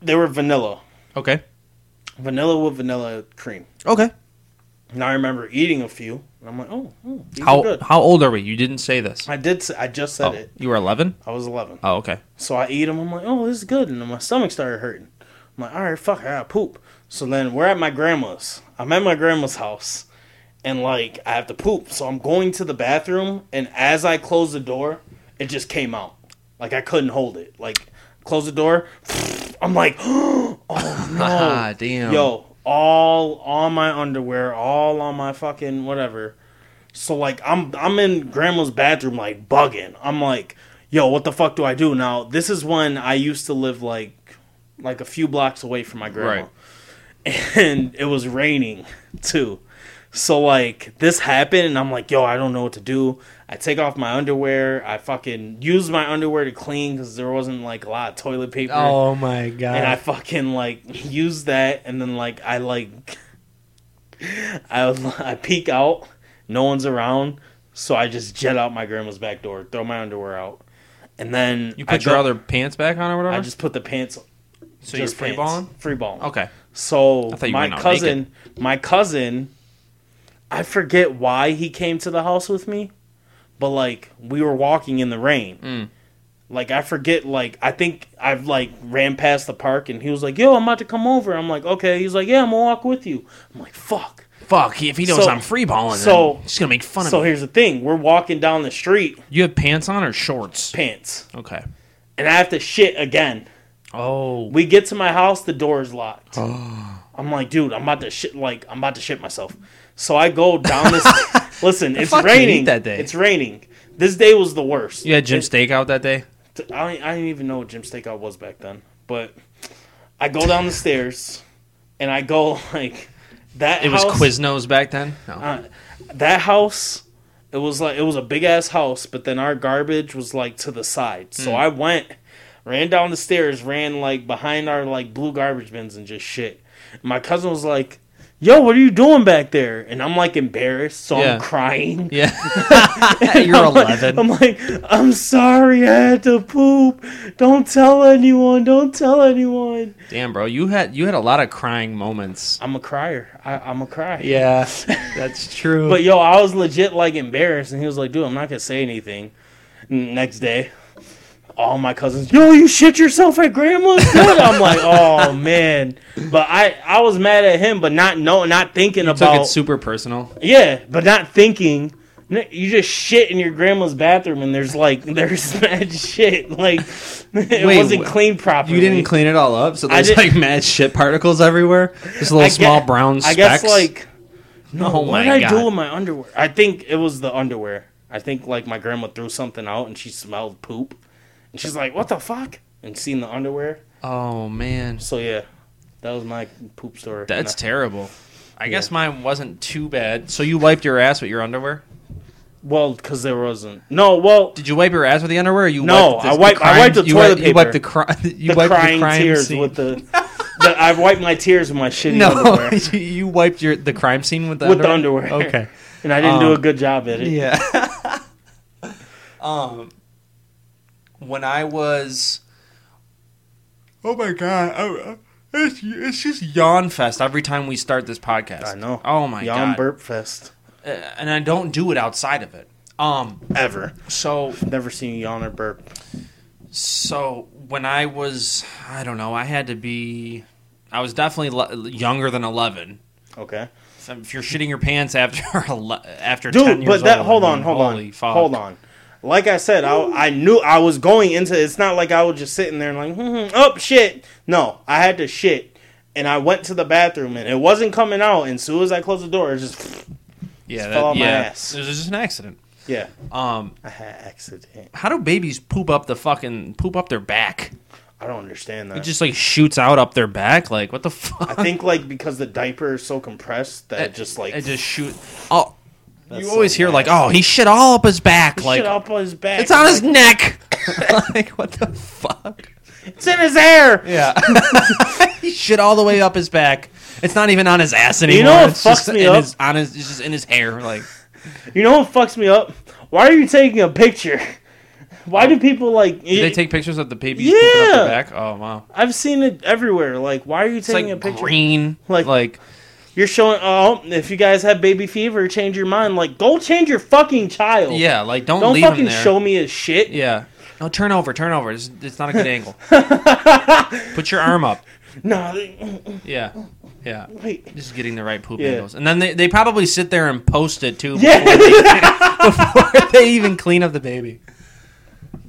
S3: they were vanilla.
S2: Okay.
S3: vanilla with vanilla cream.
S2: Okay.
S3: And I remember eating a few, and I'm like, oh, oh these are
S2: How
S3: good.
S2: how old are we? You didn't say this.
S3: I did. Say, I just said
S2: Oh,
S3: it.
S2: you were 11.
S3: I was 11,
S2: Oh, okay.
S3: so I eat them. I'm like, oh, this is good, and then my stomach started hurting. I'm like, all right, fuck, I gotta poop. So then we're at my grandma's. I'm at my grandma's house, and like I have to poop, so I'm going to the bathroom, and as I close the door, it just came out. Like I couldn't hold it. Like close the door. I'm like, oh no.
S2: Ah, damn.
S3: Yo, all all my underwear, all on my fucking whatever. So like I'm I'm in grandma's bathroom like bugging. I'm like, yo, what the fuck do I do now? This is when I used to live like like a few blocks away from my grandma. And it was raining too. So like this happened and I'm like, yo, I don't know what to do. I take off my underwear. I fucking use my underwear to clean because there wasn't like a lot of toilet paper
S5: Oh my god.
S3: and I
S2: Uh.
S3: fucking like use that, and then like I like I I peek out, no one's around, so I just jet out my grandma's back door, throw my underwear out, and then
S2: You
S3: I
S2: put your
S3: go-
S2: other pants back on or whatever?
S3: I just put the pants.
S2: so you're
S3: just
S2: free
S3: pants,
S2: balling?
S3: Free balling.
S2: Okay.
S3: So
S2: I thought you
S3: my
S2: went out
S3: cousin, my cousin, I forget why he came to the house with me, but like we were walking in the rain.
S2: Mm.
S3: Like I forget, like I think I've like ran past the park and he was like, "Yo, I'm about to come over." I'm like, "Okay." He's like, "Yeah, I'm gonna walk with you." I'm like, "Fuck."
S2: Fuck, if he knows
S3: So-
S2: I'm free balling, so,
S3: so-
S2: he's going to make fun
S3: So
S2: of me.
S3: here's the thing: we're walking down the street,
S2: You have pants on or shorts?
S3: pants,
S2: Okay.
S3: and I have to shit again.
S2: Oh.
S3: We get to my house, the door is locked. I'm like, dude, I'm about to shit. Like, I'm about to shit myself. So I go down this. listen, it's
S2: fuck did you eat
S3: raining
S2: that day?
S3: It's raining. This day was the worst.
S2: You had Jim Stakeout that day?
S3: It- I I didn't even know what Jim Stakeout was back then, but I go down the stairs, and I go like that.
S2: It was
S3: house,
S2: Quiznos back then? No.
S3: that house it was like it was a big ass house but then our garbage was like to the side so i went ran down the stairs ran like behind our like blue garbage bins and just shit my cousin was like yo what are you doing back there and i'm like embarrassed so
S2: Yeah.
S3: i'm crying
S2: yeah. you're 11.
S3: I'm like, I'm sorry, I had to poop. Don't tell anyone. Don't tell anyone.
S2: Damn, bro. You had you had a lot of crying moments.
S3: I'm a crier. I, I'm a crier.
S5: yeah, that's true.
S3: But yo, I was legit like embarrassed, and he was like, "Dude, I'm not gonna say anything." N- Next day, all my cousins, "Yo, you shit yourself at grandma's." Dude. I'm like, "Oh man," but I I was mad at him, but not no, not thinking
S2: Took it
S3: about
S2: super personal.
S3: yeah, but not thinking. N- You just shit in your grandma's bathroom, and there's like there's mad shit. Like it
S5: Wait,
S3: wasn't
S5: wh-
S3: cleaned properly.
S5: you didn't clean it all up, so there's
S3: did-
S5: like mad shit particles everywhere. Just little
S3: I
S5: small
S3: gue-
S5: brown
S3: I
S5: specks.
S3: guess like no,
S2: Oh
S3: what
S2: my
S3: did I
S2: God.
S3: do with my underwear? I think it was the underwear. I think like my grandma threw something out and she smelled poop, and she's like, "What the fuck?" and seen the underwear.
S2: Oh, man.
S3: So yeah, that was my poop story.
S2: That's
S3: Nah.
S2: terrible. I guess mine wasn't too bad. So you wiped your ass with your underwear?
S3: well because there wasn't no well
S2: Did you wipe your ass with the underwear? Or you
S3: No, I wiped- I wiped the
S2: you
S3: toilet
S2: You wiped the,
S3: paper.
S2: cri- you
S3: the
S2: wiped
S3: crying
S2: the crime
S3: tears
S2: scene.
S3: with the, the I wiped my tears with my shitty
S2: no,
S3: underwear
S2: you you wiped your the crime scene with the
S3: with the
S2: underwear.
S3: underwear.
S5: okay,
S3: and I didn't do
S2: Um,
S3: a good job at it.
S5: yeah,
S2: Um, when I was, oh my god, I- I- it's it's just yawn fest every time we start this podcast.
S3: I know.
S2: Oh my
S3: Yawn
S2: god,
S3: burp fest
S2: Uh, and I don't do it outside of it. Um,
S3: ever.
S2: so
S3: Never seen you yawn or burp.
S2: So when I was, I don't know, I had to be, I was definitely le- younger than eleven.
S3: Okay.
S2: So if you're shitting your pants after ele- after ten
S3: dude.
S2: years
S3: But that
S2: old,
S3: hold
S2: I
S3: on,
S2: mean,
S3: hold
S2: holy
S3: on,
S2: fuck.
S3: hold on. Like I said, I, I knew I was going into. It's not like I was just sitting there and like, hmm, up shit. No, I had to shit, and I went to the bathroom, and it wasn't coming out. And as soon as I closed the door, it just
S2: yeah,
S3: fell
S2: that,
S3: on my
S2: yeah,
S3: ass.
S2: it was just an accident.
S3: yeah,
S2: Um,
S3: I had accident.
S2: how do babies poop up the fucking poop up their back?
S3: I don't understand that.
S2: It just like shoots out up their back. Like what the fuck?
S3: I think like because the diaper is so compressed that it just like
S2: it just shoot. Oh,
S3: That's
S2: you
S3: so
S2: always hear like,
S3: nasty.
S2: oh, he shit all up his back. like
S3: shit up on his back.
S2: it's on his neck. like what the fuck?
S3: It's in his hair.
S2: Yeah. he shit all the way up his back. It's not even on his ass anymore.
S3: You know what
S2: it's just
S3: fucks me
S2: in
S3: up?
S2: His, on his, it's just in his hair. Like,
S3: You know what fucks me up? Why are you taking a picture? Why do people like?
S2: Did they
S3: it-
S2: take pictures of the baby pooping up
S3: Yeah.
S2: the back? Oh wow,
S3: I've seen it everywhere. Like, why are you
S2: it's like
S3: taking a picture?
S2: green. Like
S3: Like-
S2: like
S3: You're showing. Oh, if you guys have baby fever, change your mind. Like, go change your fucking child.
S2: yeah, like don't,
S3: Don't
S2: leave him
S3: fucking
S2: there.
S3: show me his shit.
S2: Yeah. No, turn over, turn over. It's, it's not a good angle. Put your arm up.
S3: No, they-
S2: Yeah. Yeah.
S3: wait.
S2: Just getting the right poop
S3: Yeah.
S2: angles. And then they, they probably sit there and post it too
S3: Yeah.
S2: before they even clean up the baby.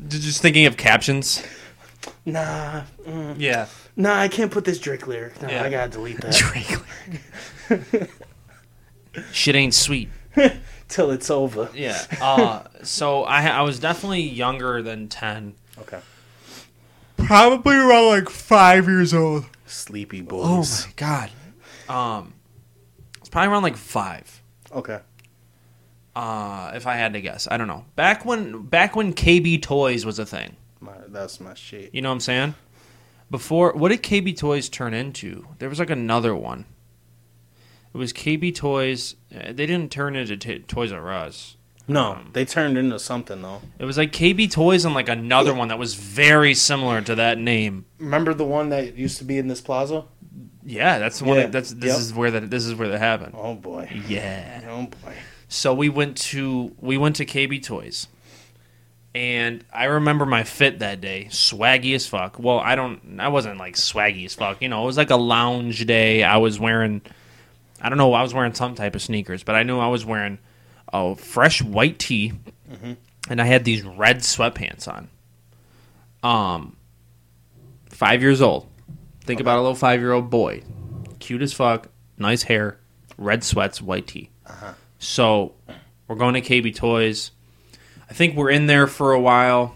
S2: J- Just thinking of captions.
S3: nah, mm,
S2: Yeah.
S3: nah. I can't put this Drake lyric. Nah,
S2: Yeah.
S3: I gotta delete that
S2: Drake lyric. Shit ain't sweet.
S3: till it's over.
S2: Yeah. Uh, so I I was definitely younger than ten.
S3: Okay.
S2: Probably around like five years old.
S3: Sleepy
S2: Oh
S3: boys.
S2: my god. Um, it's probably around like five.
S3: Okay.
S2: Uh, if I had to guess, I don't know. Back when back when KB Toys was a thing,
S3: My, that's my shit.
S2: you know what I'm saying? Before what did KB Toys turn into? There was like another one. It was KB Toys. uh, They didn't turn into t- Toys R Us.
S3: No, Um, they turned into something though.
S2: It was like KB Toys and like another one that was very similar to that name.
S3: Remember the one that used to be in this plaza?
S2: Yeah, that's the one.
S3: Yeah.
S2: That, that's this
S3: Yep.
S2: is where that this is where that happened.
S3: Oh boy.
S2: Yeah.
S3: Oh boy.
S2: So we went to we went to KB Toys, and I remember my fit that day, swaggy as fuck. Well, I don't, I wasn't like swaggy as fuck. You know, it was like a lounge day. I was wearing, I don't know, I was wearing some type of sneakers, but I knew I was wearing a fresh white tee, and I had these red sweatpants on. Um, five years old. Think about a little five year old boy, cute as fuck, nice hair, red sweats, white tee. So we're going to KB Toys. I think we're in there for a while,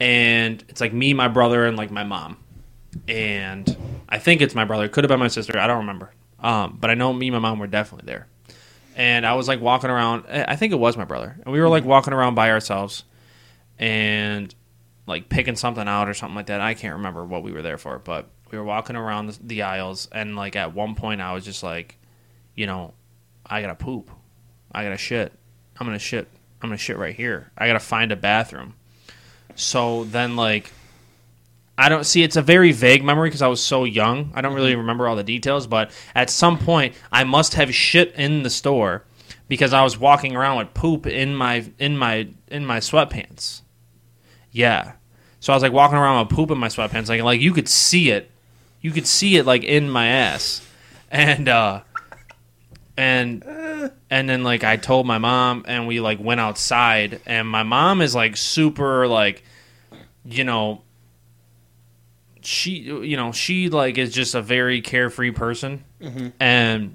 S2: and it's like me, my brother, and like my mom. And I think it's my brother. Could have been my sister. I don't remember. Um, but I know me and my mom were definitely there. And I was like walking around. eh, I I think it was my brother. And we were like walking around by ourselves and like picking something out or something like that. I can't remember what we were there for, but we were walking around the- the aisles. And like at one point, I was just like, you know, I gotta poop. I gotta shit. I'm gonna shit. I'm gonna shit right here. I gotta find a bathroom. So then, like, I don't see. It's a very vague memory because I was so young. I don't really remember all the details. But at some point, I must have shit in the store because I was walking around with poop in my in my in my sweatpants. Yeah. So I was like walking around with poop in my sweatpants, like like you could see it, you could see it like in my ass, and uh, and and then like I told my mom and we like went outside and my mom is like super like you know she you know she like is just a very carefree person and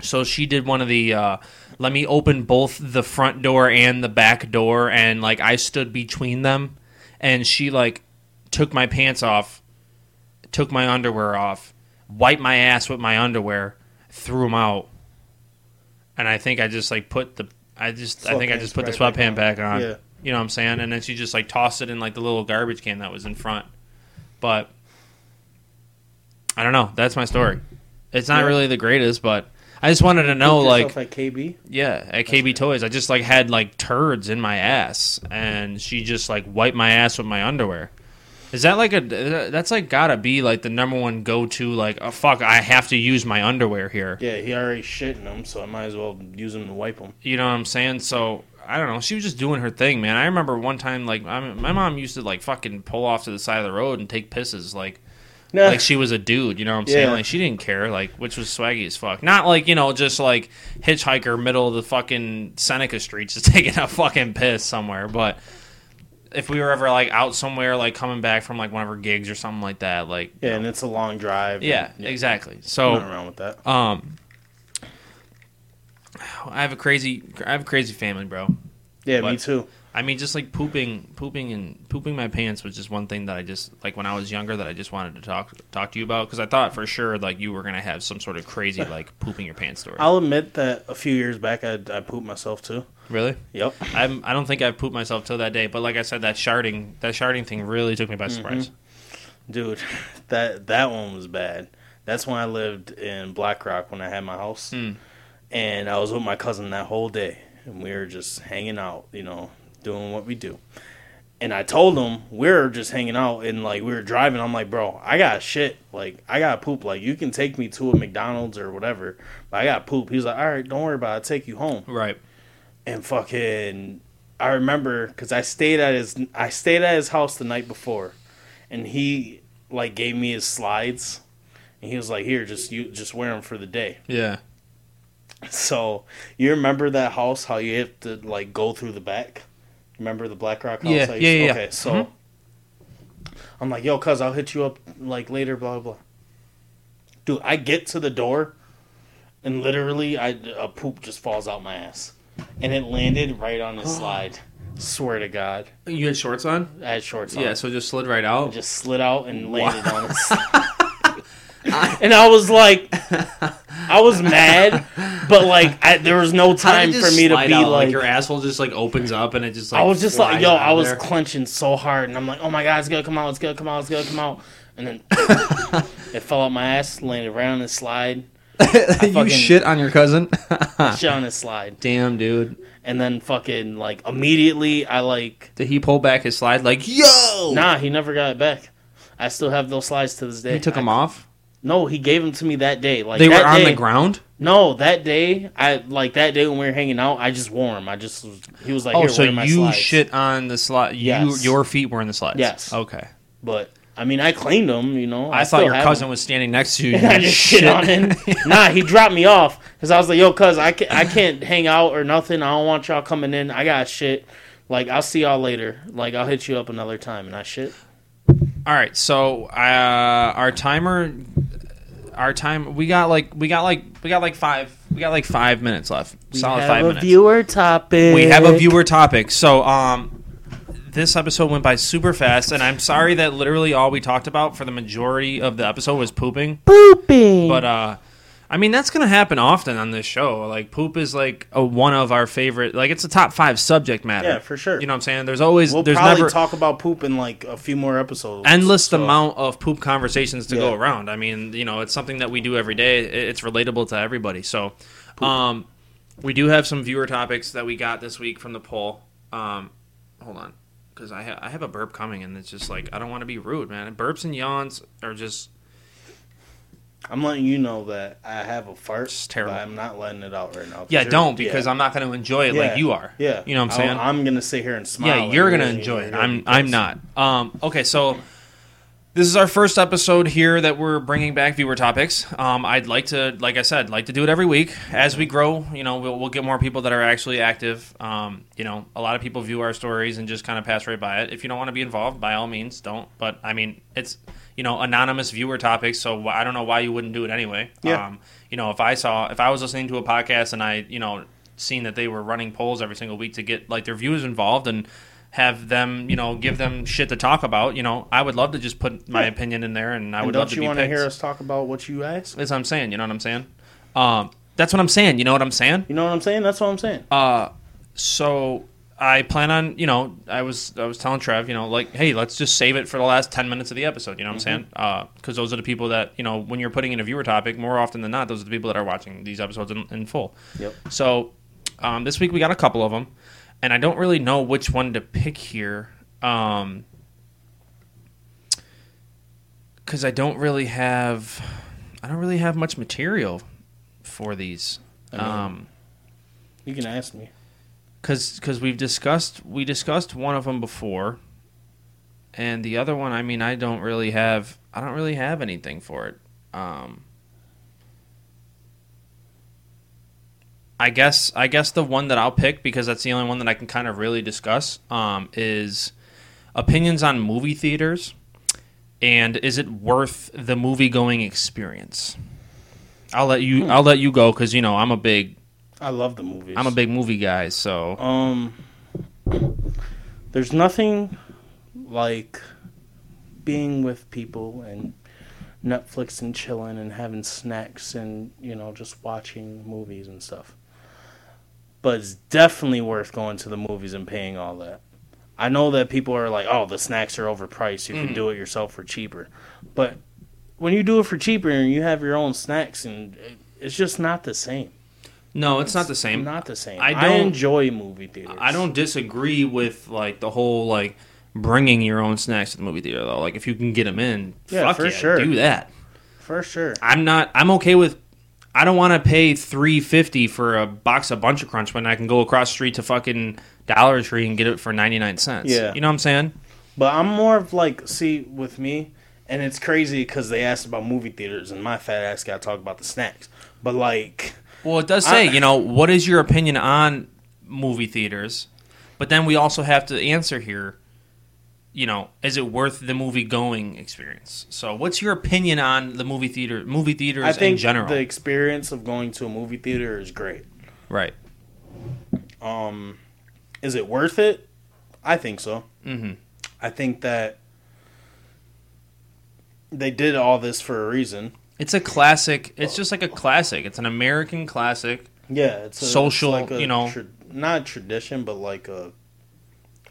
S2: so she did one of the uh let me open both the front door and the back door and like I stood between them and she like took my pants off took my underwear off wiped my ass with my underwear threw them out and I think I just like put the I just I think I just
S3: Sweatpants
S2: put the
S3: right
S2: sweatpant back on.
S3: Yeah.
S2: You know what I'm saying? And then she just like tossed it in like the little garbage can that was in front. But I don't know. That's my story. It's not
S3: Yeah.
S2: really the greatest, but I just wanted to know
S3: Hook
S2: like
S3: yourself at KB.
S2: yeah, at KB Toys, I just like had like turds in my ass, and she just like wiped my ass with my underwear. Is that like a? That's like gotta be like the number one go to. Like, oh fuck, I have to use my underwear here.
S3: Yeah, he already shitting them, so I might as well use him to wipe them.
S2: You know what I'm saying? So I don't know. She was just doing her thing, man. I remember one time, like I mean, my mom used to like fucking pull off to the side of the road and take pisses, like
S3: Nah,
S2: like she was a dude. You know what I'm saying?
S3: Yeah.
S2: Like she didn't care, like which was swaggy as fuck. Not like you know, just like hitchhiker middle of the fucking Seneca streets, just taking a fucking piss somewhere. But if we were ever like out somewhere, like coming back from like one of her gigs or something like that, like
S3: yeah, and it's a long drive.
S2: yeah,
S3: and,
S2: exactly.
S3: I'm
S2: So
S3: not around with that.
S2: um, I have a crazy, I have a crazy family, bro.
S3: Yeah, me
S2: but-
S3: too.
S2: I mean, just like pooping, pooping, and pooping my pants was just one thing that I just like when I was younger that I just wanted to talk talk to you about because I thought for sure like you were gonna have some sort of crazy like pooping your pants story.
S3: I'll admit that a few years back, I, I pooped myself too.
S2: really?
S3: Yep.
S2: I'm. I don't think I've pooped myself till that day. But like I said, that sharding that sharding thing really took me by surprise.
S3: Dude, that that one was bad. That's when I lived in Black Rock when I had my house, and I was with my cousin that whole day, and we were just hanging out, you know, doing what we do. And I told him we were just hanging out and like we were driving. I'm like, bro, I got shit. Like I got poop. Like you can take me to a McDonald's or whatever, but I got poop. He's like, all right, don't worry about. it. I'll take you home.
S2: Right.
S3: And fucking, I remember because I stayed at his I stayed at his house the night before, and he like gave me his slides, and he was like, here, just you just wear them for the day.
S2: Yeah.
S3: So you remember that house? How you have to like go through the back? Remember the Black Rock house?
S2: Yeah,
S3: I used
S2: yeah,
S3: to-
S2: yeah, Mm-hmm. yeah.
S3: Okay, so I'm like, yo, cuz I'll hit you up like later, blah blah. blah. Dude, I get to the door, and literally, I a poop just falls out my ass, and it landed right on the slide. Swear to God,
S2: You had shorts on?
S3: I had shorts on.
S2: Yeah, so it just slid right out.
S3: just slid out and landed on us. and I was like, I was mad, but like, I, there was no time for me to be like,
S2: your asshole just like opens up and it just like
S3: I was just like,
S2: flies
S3: yo,
S2: out
S3: I was
S2: there.
S3: clenching so hard, and I'm like, oh my god, it's gonna come out, it's gonna come out, it's gonna come out, and then it fell out my ass, landed right on the slide,
S5: you
S3: fucking-
S5: shit on your cousin.
S3: shit on the slide,
S2: Damn, dude.
S3: and then fucking like immediately, I like,
S2: Did he pull back his slide like, yo?
S3: nah, he never got it back. I still have those slides to this day.
S2: He took
S3: I-
S2: them off?
S3: No, he gave them to me that day. Like
S2: They
S3: that
S2: were on
S3: day-
S2: the ground?
S3: No, that day, I like that day when we were hanging out, I just wore him. I just was, he was like,
S2: Oh,
S3: Here,
S2: so
S3: wear my
S2: you
S3: slides.
S2: shit on the slide.
S3: Yes.
S2: You, your feet were in the slides?
S3: Yes.
S2: Okay.
S3: But I mean, I cleaned him. You know,
S2: I,
S3: still
S2: thought your
S3: have
S2: cousin
S3: him.
S2: was standing next to you.
S3: I just shit, on him. nah, he dropped me off because I was like, "Yo, cuz I can't, I can't hang out or nothing. I don't want y'all coming in. I got shit. Like, I'll see y'all later. Like, I'll hit you up another time." And I shit.
S2: All right, so uh, our timer, our time, we got like, we got like, we got like five, we got like five minutes left. Solid
S3: have
S2: five
S3: a
S2: minutes.
S3: viewer topic.
S2: we have a viewer topic. So, um, this episode went by super fast, and I'm sorry that literally all we talked about for the majority of the episode was pooping.
S6: pooping.
S2: But uh, I mean, that's gonna happen often on this show. Like, poop is like a one of our favorite. Like, it's a top five subject matter.
S3: Yeah, for sure.
S2: You know what I'm saying? There's always
S3: We'll
S2: there's
S3: probably
S2: never
S3: talk about poop in like a few more episodes.
S2: endless
S3: so-
S2: amount of poop conversations to go
S3: Yeah.
S2: around. I mean, you know, it's something that we do every day. I- It's relatable to everybody. So, um, we do have some viewer topics that we got this week from the poll. Um, hold on, because I ha- I have a burp coming, and it's just like I don't want to be rude, man. Burps and yawns are just
S3: I'm letting you know that I have a fart.
S2: It's terrible.
S3: But I'm not letting it out right now. 'cause
S2: yeah,
S3: you're-
S2: don't because
S3: yeah.
S2: I'm not going to enjoy it like you are.
S3: Yeah.
S2: you know what I'm saying.
S3: I, am gonna sit here and smile.
S2: yeah, you're
S3: and
S2: gonna
S3: you're
S2: enjoy it.
S3: gonna
S2: I'm
S3: be
S2: I'm
S3: pissed.
S2: not. Um, okay, so this is our first episode here that we're bringing back viewer topics. Um, I'd like to, like I said, like to do it every week as we grow. You know, we'll, we'll get more people that are actually active. Um, you know, a lot of people view our stories and just kind of pass right by it. If you don't want to be involved, by all means, don't. But I mean, it's you know anonymous viewer topics, so wh- I don't know why you wouldn't do it anyway.
S3: Yeah.
S2: Um, you know, if I saw if I was listening to a podcast and I you know seen that they were running polls every single week to get like their viewers involved and have them you know give them shit to talk about you know i would love to just put my opinion in there and i
S3: And
S2: would love
S3: don't
S2: to
S3: you
S2: be
S3: want to
S2: picked
S3: hear us talk about what you asked?
S2: that's what i'm saying you know what i'm saying um that's what i'm saying you know what i'm saying
S3: You know what I'm saying? That's what I'm saying.
S2: Uh, so I plan on, you know, I was I was telling Trev, you know, like, hey, let's just save it for the last ten minutes of the episode. You know what
S3: Mm-hmm.
S2: I'm saying? Because those are the people that, you know, when you're putting in a viewer topic, more often than not, those are the people that are watching these episodes in, in full.
S3: Yep.
S2: So um, this week we got a couple of them, and I don't really know which one to pick here, um, because I don't really have, I don't really have much material for these. um,
S3: you can ask me.
S2: because because we've discussed we discussed one of them before, and the other one. I mean, I don't really have I don't really have anything for it. Um, I guess I guess the one that I'll pick because that's the only one that I can kind of really discuss um, is opinions on movie theaters and is it worth the movie going experience. I'll let you I'll let you go because you know I'm a big
S3: I love the movies.
S2: I'm a big movie guy so
S3: Um, there's nothing like being with people and Netflix and chilling and having snacks and you know just watching movies and stuff. But it's definitely worth going to the movies and paying all that. I know that people are like, "Oh, the snacks are overpriced. You
S2: Mm-hmm.
S3: can do it yourself for cheaper." But when you do it for cheaper and you have your own snacks and it- it's just not the same.
S2: No, it's not the same.
S3: Not the same.
S2: I
S3: I,
S2: don't-
S3: enjoy movie theaters.
S2: I don't disagree with like the whole like bringing your own snacks to the movie theater though. Like if you can get them in,
S3: Yeah,
S2: fuck
S3: for
S2: yeah,
S3: sure.
S2: do that.
S3: for sure.
S2: I'm not. I'm okay with. I don't want to pay three fifty for a box of Bunch of Crunch when I can go across the street to fucking Dollar Tree and get it for ninety nine cents.
S3: Yeah.
S2: you know what I'm saying?
S3: But I'm more of like, see, with me, and it's crazy because they asked about movie theaters, and my fat ass got to talk about the snacks. But like,
S2: Well, it does say,
S3: I-
S2: you know, what is your opinion on movie theaters? But then we also have to answer here, you know, is it worth the movie going experience? So, what's your opinion on the movie theater, movie theaters
S3: I think
S2: in general?
S3: the experience of going to a movie theater is great.
S2: right.
S3: Um, is it worth it? I think so.
S2: Mhm.
S3: I think that they did all this for a reason.
S2: It's a classic. It's just like a classic. It's an American classic.
S3: Yeah, it's a,
S2: Social,
S3: it's like a
S2: you know.
S3: tra- not a tradition, but like a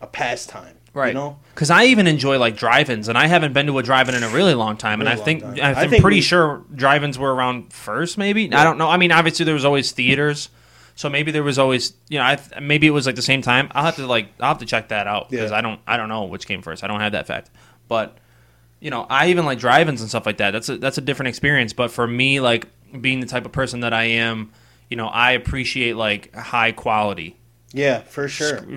S3: a pastime, You
S2: Right.
S3: know,
S2: Because I even enjoy like drive-ins, and I haven't been to a drive-in in a really long time. And
S3: Really
S2: I
S3: long
S2: think
S3: time.
S2: I- I'm
S3: I think
S2: pretty
S3: we-
S2: sure drive-ins were around first, maybe. I don't know. I mean, obviously there was always theaters, so maybe there was always you know I th- maybe it was like the same time. I'll have to like I'll have to check that out because
S3: Yeah.
S2: I don't I don't know which came first. I don't have that fact, but you know I even like drive-ins and stuff like that. That's a, that's a different experience. But for me, like being the type of person that I am, you know, I appreciate like high quality
S3: yeah, for sure.
S2: like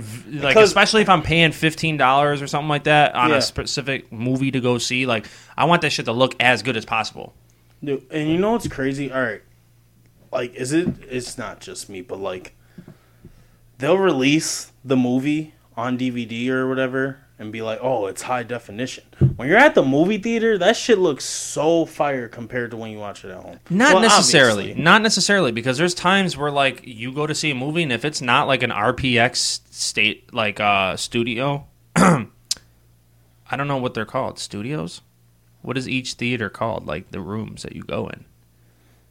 S3: Because-
S2: especially if I'm paying fifteen dollars or something like that on
S3: Yeah.
S2: a specific movie to go see. Like I want that shit to look as good as possible.
S3: Dude, and you know what's crazy? All right, like, is it? It's not just me, but like, they'll release the movie on DVD or whatever, and be like, "Oh, it's high definition." When you're at the movie theater, that shit looks so fire compared to when you watch it at home.
S2: Not
S3: Well,
S2: necessarily,
S3: obviously.
S2: not necessarily, because there's times where like you go to see a movie and if it's not like an RPX state like uh studio, I don't know what they're called. Studios. What is each theater called? Like the rooms that you go in.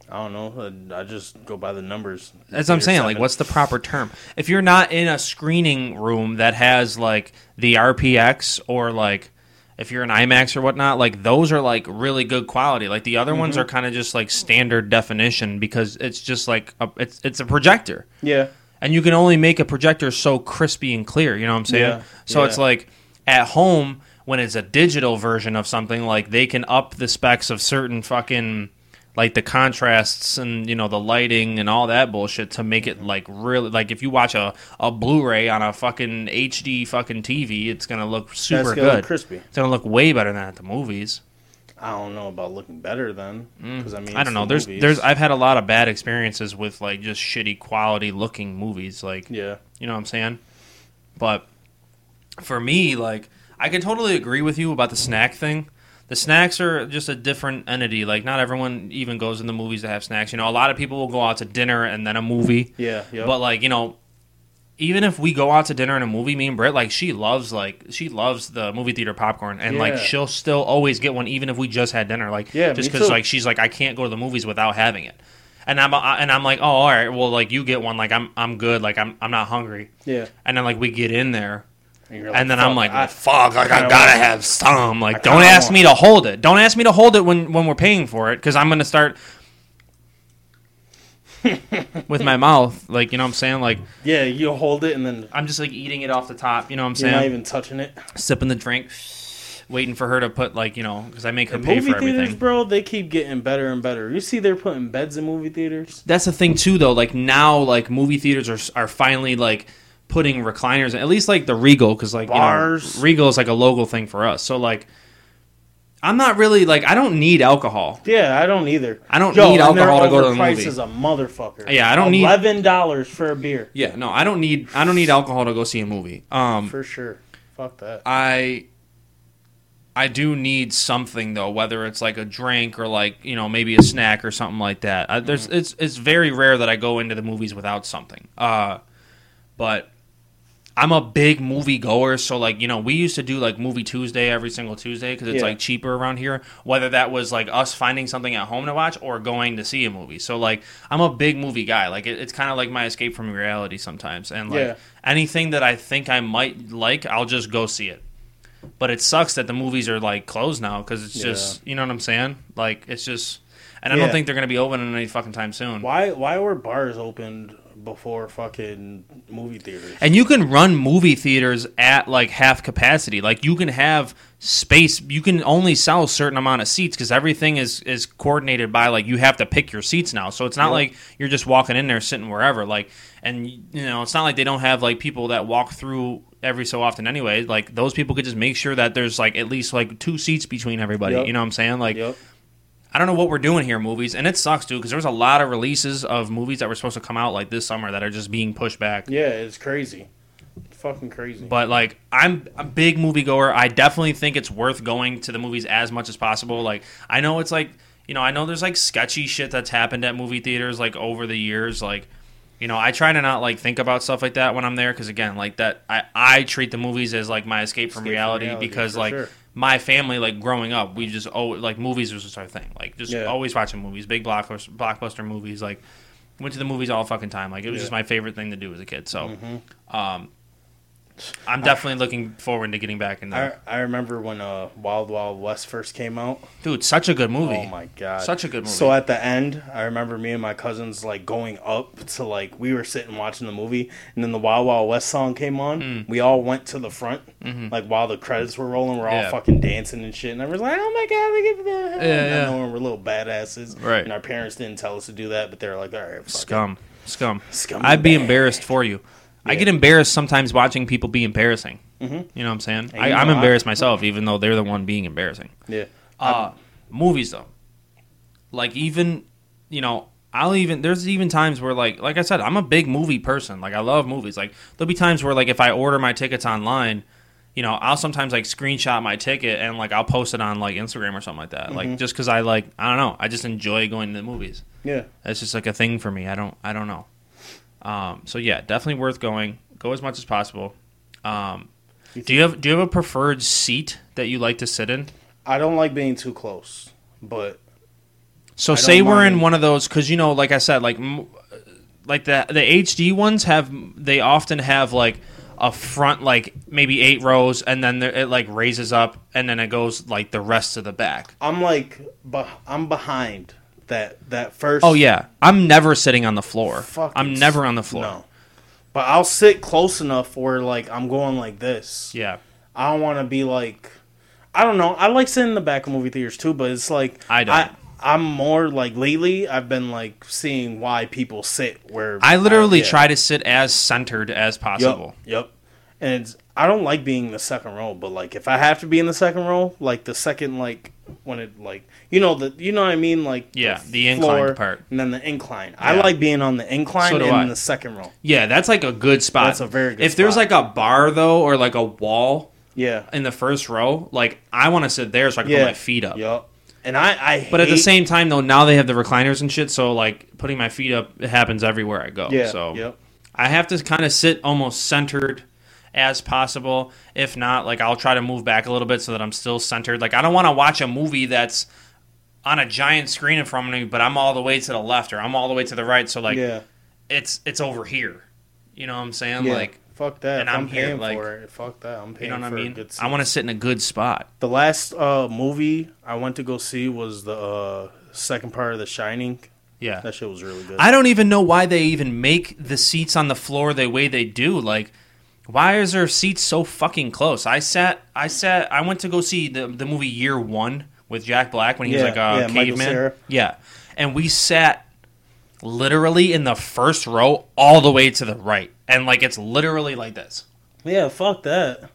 S3: I don't know. I, I just go by the numbers.
S2: That's what I'm
S3: Theater
S2: saying. Like,
S3: seven.
S2: what's the proper term? If you're not in a screening room that has like the RPX or like if you're an IMAX or whatnot, like those are like really good quality. Like the other ones are kind of just like standard definition because it's just like a, it's it's a projector
S3: Yeah,
S2: and you can only make a projector so crispy and clear. You know what I'm saying?
S3: Yeah,
S2: So
S3: yeah.
S2: it's like at home when it's a digital version of something, like they can up the specs of certain fucking like the contrasts and you know the lighting and all that bullshit to make it like really like if you watch a, a Blu-ray on a fucking HD fucking TV, it's gonna look super
S3: that's gonna
S2: good.
S3: look crispy.
S2: It's gonna look way better than at the movies.
S3: I don't know about looking better then, because I mean,
S2: Mm. I
S3: it's
S2: don't know.
S3: the
S2: There's
S3: movies.
S2: there's I've had a lot of bad experiences with like just shitty quality looking movies. Like
S3: yeah,
S2: you know what I'm saying? But for me, like, I can totally agree with you about the snack thing. The snacks are just a different entity. Like, not everyone even goes in the movies to have snacks. You know, a lot of people will go out to dinner and then a movie.
S3: yeah, yeah.
S2: But, like, you know, even if we go out to dinner and a movie, me and Britt, like, she loves, like, she loves the movie theater popcorn. And, like,
S3: Yeah.
S2: she'll still always get one, even if we just had dinner. Like,
S3: Yeah,
S2: just
S3: me
S2: because,
S3: too.
S2: like, she's like, I can't go to the movies without having it. And I'm I- and I'm like, oh, all right, well, like you get one, like I'm I'm good, like I'm I'm not hungry.
S3: yeah.
S2: And then like we get in there,
S3: And, you're
S2: and then
S3: "Fuck,
S2: I'm like,
S3: I-
S2: fuck, like I
S3: kinda
S2: gotta
S3: want-
S2: have some. Like,
S3: kinda
S2: don't ask
S3: want-
S2: me to hold it. Don't ask me to hold it when when we're paying for it, because I'm gonna start with my mouth. Like, you know what I'm saying? Like,
S3: yeah, you hold it, and then
S2: I'm just like eating it off the top. You know what I'm
S3: you're
S2: saying?
S3: not even touching it.
S2: Sipping the drink, waiting for her to put like you know, because I make her
S3: The
S2: pay
S3: movie
S2: for
S3: theaters,
S2: everything.
S3: bro, they keep getting better and better. You see, they're putting beds in movie theaters.
S2: that's the thing too though like now like movie theaters are, are finally like putting recliners in. at least like the regal because like
S3: Bars.
S2: you know regal is like a local thing for us so like i'm not really like i don't need alcohol
S3: Yeah, I don't either.
S2: I don't
S3: Yo,
S2: need
S3: and their
S2: alcohol to go to the
S3: overprice
S2: movie.
S3: Is a motherfucker.
S2: Yeah, I don't need-
S3: eleven dollars for a beer
S2: yeah no i don't need i don't need alcohol to go see a movie um
S3: for sure. Fuck that.
S2: I I do need something though, whether it's like a drink or like you know maybe a snack or something like that. I, there's it's it's very rare that I go into the movies without something. Uh, but I'm a big movie goer, so like you know we used to do like movie Tuesday every single Tuesday because it's
S3: Yeah.
S2: like cheaper around here. Whether that was like us finding something at home to watch or going to see a movie. So like I'm a big movie guy. Like it, it's kind of like my escape from reality sometimes, and like
S3: Yeah.
S2: anything that I think I might like, I'll just go see it. But it sucks that the movies are like closed now because it's just you know what I'm saying. Like it's just, and I
S3: Yeah.
S2: don't think they're gonna be open in any fucking time soon.
S3: Why? Why were bars opened before fucking movie theaters.
S2: And you can run movie theaters at like half capacity. Like you can have space. You can only sell a certain amount of seats because everything is is coordinated by like you have to pick your seats now. So it's not like you're just walking in there sitting wherever. Like and you know it's not like they don't have like people that walk through every so often anyway. Like those people could just make sure that there's like at least like two seats between everybody.
S3: Yep.
S2: You know what I'm saying? Like
S3: Yep.
S2: I don't know what we're doing here, movies, and it sucks too because there was a lot of releases of movies that were supposed to come out like this summer that are just being pushed back.
S3: Yeah, it's crazy. Fucking crazy.
S2: But like, I'm a big moviegoer. I definitely think it's worth going to the movies as much as possible. Like, I know it's like, you know, I know there's like sketchy shit that's happened at movie theaters like over the years. Like, you know, I try to not like think about stuff like that when I'm there because again, like that, I I treat the movies as like my escape from,
S3: Escape from
S2: reality,
S3: reality,
S2: because
S3: for
S2: like.
S3: sure.
S2: My family, like growing up, we just oh, like movies was just our thing. Like just
S3: Yeah.
S2: always watching movies, big blockbuster, blockbuster movies. Like went to the movies all fucking time. Like it was
S3: Yeah. Mm-hmm.
S2: just my favorite thing to do as a kid. So, um, I'm definitely looking forward to getting back in
S3: I,
S2: there.
S3: I remember when uh, Wild Wild West first came out.
S2: Dude, such a good movie.
S3: Oh my god,
S2: Such a good movie.
S3: So at the end, I remember me and my cousins like going up to like we were sitting watching the movie, and then the Wild Wild West song came on.
S2: Mm.
S3: We all went to the front, like while the credits were rolling, we're
S2: Mm-hmm. Yeah.
S3: all fucking dancing and shit. And I was like, "Oh my god, we get the
S2: Yeah,
S3: And I
S2: yeah.
S3: know we're little badasses,
S2: Right.
S3: And our parents didn't tell us to do that, but they're like, "All right, fuck It.
S2: Scum. Scum.
S3: Scum
S2: I'd be
S3: bag.
S2: embarrassed for you. I
S3: Yeah. Mm-hmm.
S2: get embarrassed sometimes watching people be embarrassing. You know what I'm saying?
S3: you
S2: I, I'm
S3: know, I-
S2: embarrassed myself, even though they're the one being embarrassing.
S3: Yeah,
S2: Uh, movies though, like even you know, I'll even there's even times where like like I said, I'm a big movie person. Like I love movies. Like there'll be times where like if I order my tickets online, you know, I'll sometimes like screenshot my ticket and like I'll post it on like Instagram or something like that. Like just because I like I don't know, I just enjoy going to the movies.
S3: yeah.
S2: That's just like a thing for me. I don't I don't know. Um, so yeah, definitely worth going. Go as much as possible. Um, do you have do you have a preferred seat that you like to sit in?
S3: I don't like being too close, but
S2: So
S3: don't
S2: say we're in
S3: mind-
S2: one of those because you know, like I said, like m- like the the HD ones have they often have like a front like maybe eight rows and then there- it like raises up and then it goes like the rest of the back.
S3: I'm like, but I'm behind that that first.
S2: Oh yeah, I'm never sitting on the floor.
S3: Fuck,
S2: I'm
S3: it's-
S2: never on the floor.
S3: No. But I'll sit close enough where like I'm going like this.
S2: Yeah,
S3: I don't want to be like I don't know. I like sitting in the back of movie theaters too, but it's like
S2: I don't.
S3: I, I'm more like lately I've been like seeing why people sit where
S2: I literally
S3: Uh, yeah.
S2: try to sit as centered as possible.
S3: Yep. Yep. And it's, I don't like being in the second row, but like if I have to be in the second row, like the second like when it like you know the you know what I mean like
S2: Yeah, the
S3: f-
S2: inclined part.
S3: and then the incline. I
S2: Yeah.
S3: like being on the incline
S2: So do
S3: and
S2: I.
S3: in the second row.
S2: Yeah, that's like a good spot.
S3: That's a very good
S2: If there's like
S3: spot.
S2: a bar though, or like a wall
S3: Yeah.
S2: in the first row, like I want to sit there so I can put my feet up.
S3: Yup. And I, I
S2: But at the
S3: hate-
S2: same time, though, now they have the recliners and shit. So like putting my feet up it happens everywhere I go.
S3: yeah,
S2: So
S3: yep.
S2: I have to kind of sit almost centered as possible. If not, like I'll try to move back a little bit so that I'm still centered. Like I don't want to watch a movie that's on a giant screen in front of me, but I'm all the way to the left or I'm all the way to the right. So like
S3: yeah,
S2: it's it's over here. You know what I'm saying?
S3: yeah.
S2: Like
S3: fuck that.
S2: and
S3: If
S2: I'm
S3: I'm,
S2: here,
S3: paying
S2: like-
S3: for it. Fuck that. I'm
S2: you
S3: paying
S2: know what I
S3: for a
S2: mean?
S3: good seat.
S2: I want to sit in a good spot.
S3: the last uh, movie I went to go see was the uh, second part of The Shining.
S2: Yeah.
S3: That shit was really good.
S2: I don't even know why they even make the seats on the floor the way they do. Like, why is there seats so fucking close? I sat, I sat, I went to go see the the movie Year One with Jack Black when he
S3: Yeah,
S2: was like a
S3: yeah, Michael
S2: caveman.
S3: Cera.
S2: Yeah, and we sat literally in the first row all the way to the right, and like it's literally like this.
S3: yeah, fuck that.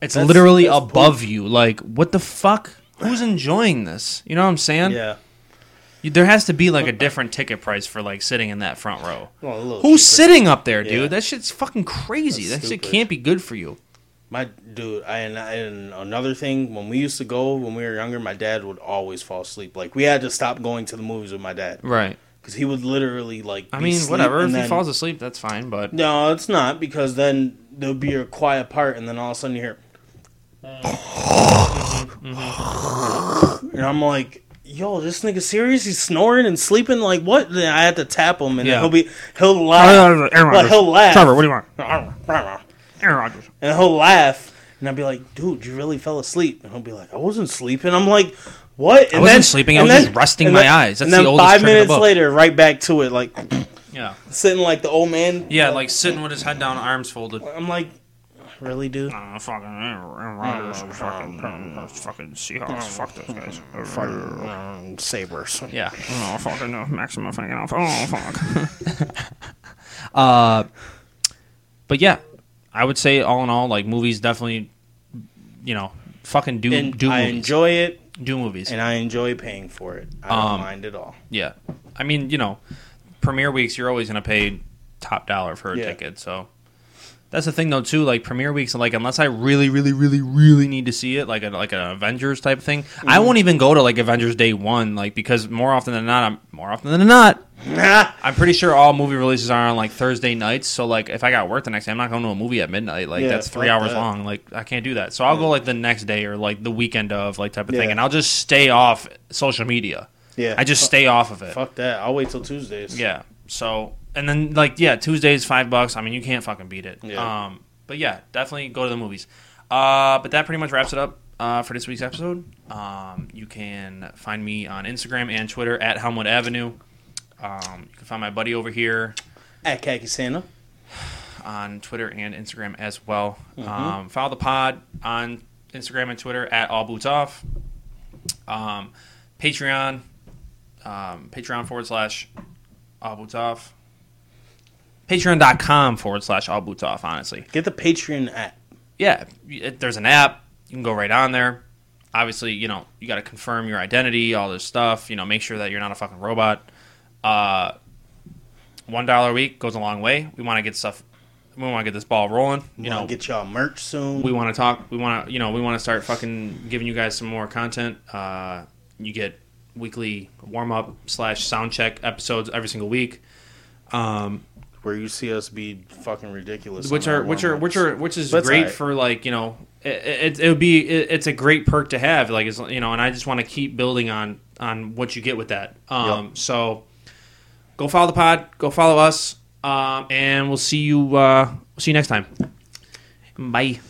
S2: It's
S3: That's-
S2: literally
S3: that's
S2: above you. Like, what the fuck? Who's enjoying this? You know what I'm saying?
S3: Yeah.
S2: You- There has to be like a different ticket price for like sitting in that front row.
S3: Well, a little
S2: Who's
S3: cheaper.
S2: sitting up there, dude?
S3: Yeah.
S2: That shit's fucking crazy.
S3: That's
S2: that shit
S3: stupid.
S2: can't be good for you.
S3: My dude, I and, I and another thing, when we used to go when we were younger, my dad would always fall asleep. Like we had to stop going to the movies with my dad
S2: Right.
S3: because he would literally like.
S2: I
S3: be
S2: mean,
S3: asleep
S2: whatever. If
S3: and
S2: he
S3: then-
S2: falls asleep, that's fine. But
S3: No, it's not because then there'll be a quiet part, and then all of a sudden you hear, and I'm like, "Yo, this nigga serious? He's snoring and sleeping like what?" Then I had to tap him, and
S2: Yeah.
S3: he'll be he'll
S4: Uh, Aaron
S3: laugh,
S4: Rodgers.
S3: but he'll laugh,
S4: Trevor, what do you want?
S3: and
S4: Aaron Rodgers.
S3: he'll laugh, and I'll be like, "Dude, you really fell asleep," and he'll be like, "I wasn't sleeping." I'm like, What? And
S2: wasn't sleeping, I
S3: and
S2: was just resting
S3: and
S2: my eyes. That's
S3: and then
S2: the oldest
S3: five
S2: trick in the
S3: minutes
S2: book.
S3: later, right back to it, like
S2: Yeah.
S3: sitting like the old man.
S2: Yeah, like sitting with his head down, arms folded.
S3: I'm like, really, dude?
S4: Uh, fucking Aaron Rodgers, fucking, fucking Seahawks, Oh, fuck those guys.
S3: Um, sabers.
S2: Yeah.
S4: Oh, fucking uh, maximum fucking off. Oh, fuck.
S2: But yeah, I would say all in all, like movies definitely, you know, fucking do
S3: And
S2: do
S3: I
S2: movies.
S3: enjoy it,
S2: do movies.
S3: and I enjoy paying for it. I don't
S2: Um,
S3: mind at all.
S2: yeah. I mean, you know, premiere weeks you're always gonna pay top dollar for a
S3: Yeah.
S2: ticket, so that's the thing though too. Like premiere weeks, like unless I really, really, really, really need to see it, like a, like an Avengers type thing, I
S3: Mm-hmm.
S2: won't even go to like Avengers Day One, like because more often than not, I'm more often than not, I'm pretty sure all movie releases are on like Thursday nights. So like, if I got work the next day, I'm not going to a movie at midnight. Like
S3: Yeah,
S2: that's three
S3: fuck
S2: hours
S3: that.
S2: long. Like I can't do that. So I'll go like the next day or like the weekend of like type of
S3: Yeah.
S2: thing, and I'll just stay off social media.
S3: Yeah.
S2: I just
S3: Fuck-
S2: stay off of it.
S3: Fuck that. I'll wait till Tuesdays.
S2: Yeah. So and then like yeah, Tuesdays five bucks. I mean you can't fucking beat it.
S3: Yeah.
S2: Um, but yeah, definitely go to the movies. Uh, but that pretty much wraps it up uh, for this week's episode. Um, you can find me on Instagram and Twitter at Helmwood Avenue. Um, you can find my buddy over here
S3: At Khaki Santa.
S2: on Twitter and Instagram as well. Um, follow the pod on Instagram and Twitter at All Boots Off. Um, Patreon, um, Patreon forward slash All Boots Off. Patreon.com forward slash All Boots Off, honestly.
S3: Get the Patreon app.
S2: Yeah, y- it- there's an app. You can go right on there. Obviously, you know, you got to confirm your identity, all this stuff. You know, make sure that you're not a fucking robot. Uh, One dollar a week goes a long way. We want to get stuff. We want to get this ball rolling. You
S3: You
S2: know,
S3: know, get y'all merch soon.
S2: we want to talk. We want to, you know, we want to start fucking giving you guys some more content. Uh, you get weekly warm up slash sound check episodes every single week,
S3: where you see us be fucking ridiculous.
S2: which
S3: on our
S2: are which are
S3: warm-ups.
S2: which are which is
S3: That's
S2: great
S3: all right.
S2: for like you know it, it, it would be it, it's a great perk to have like it's you know and I just want to keep building on on what you get with that. Um, So go follow the pod, go follow us, um, and we'll see you uh, see you next time. Bye.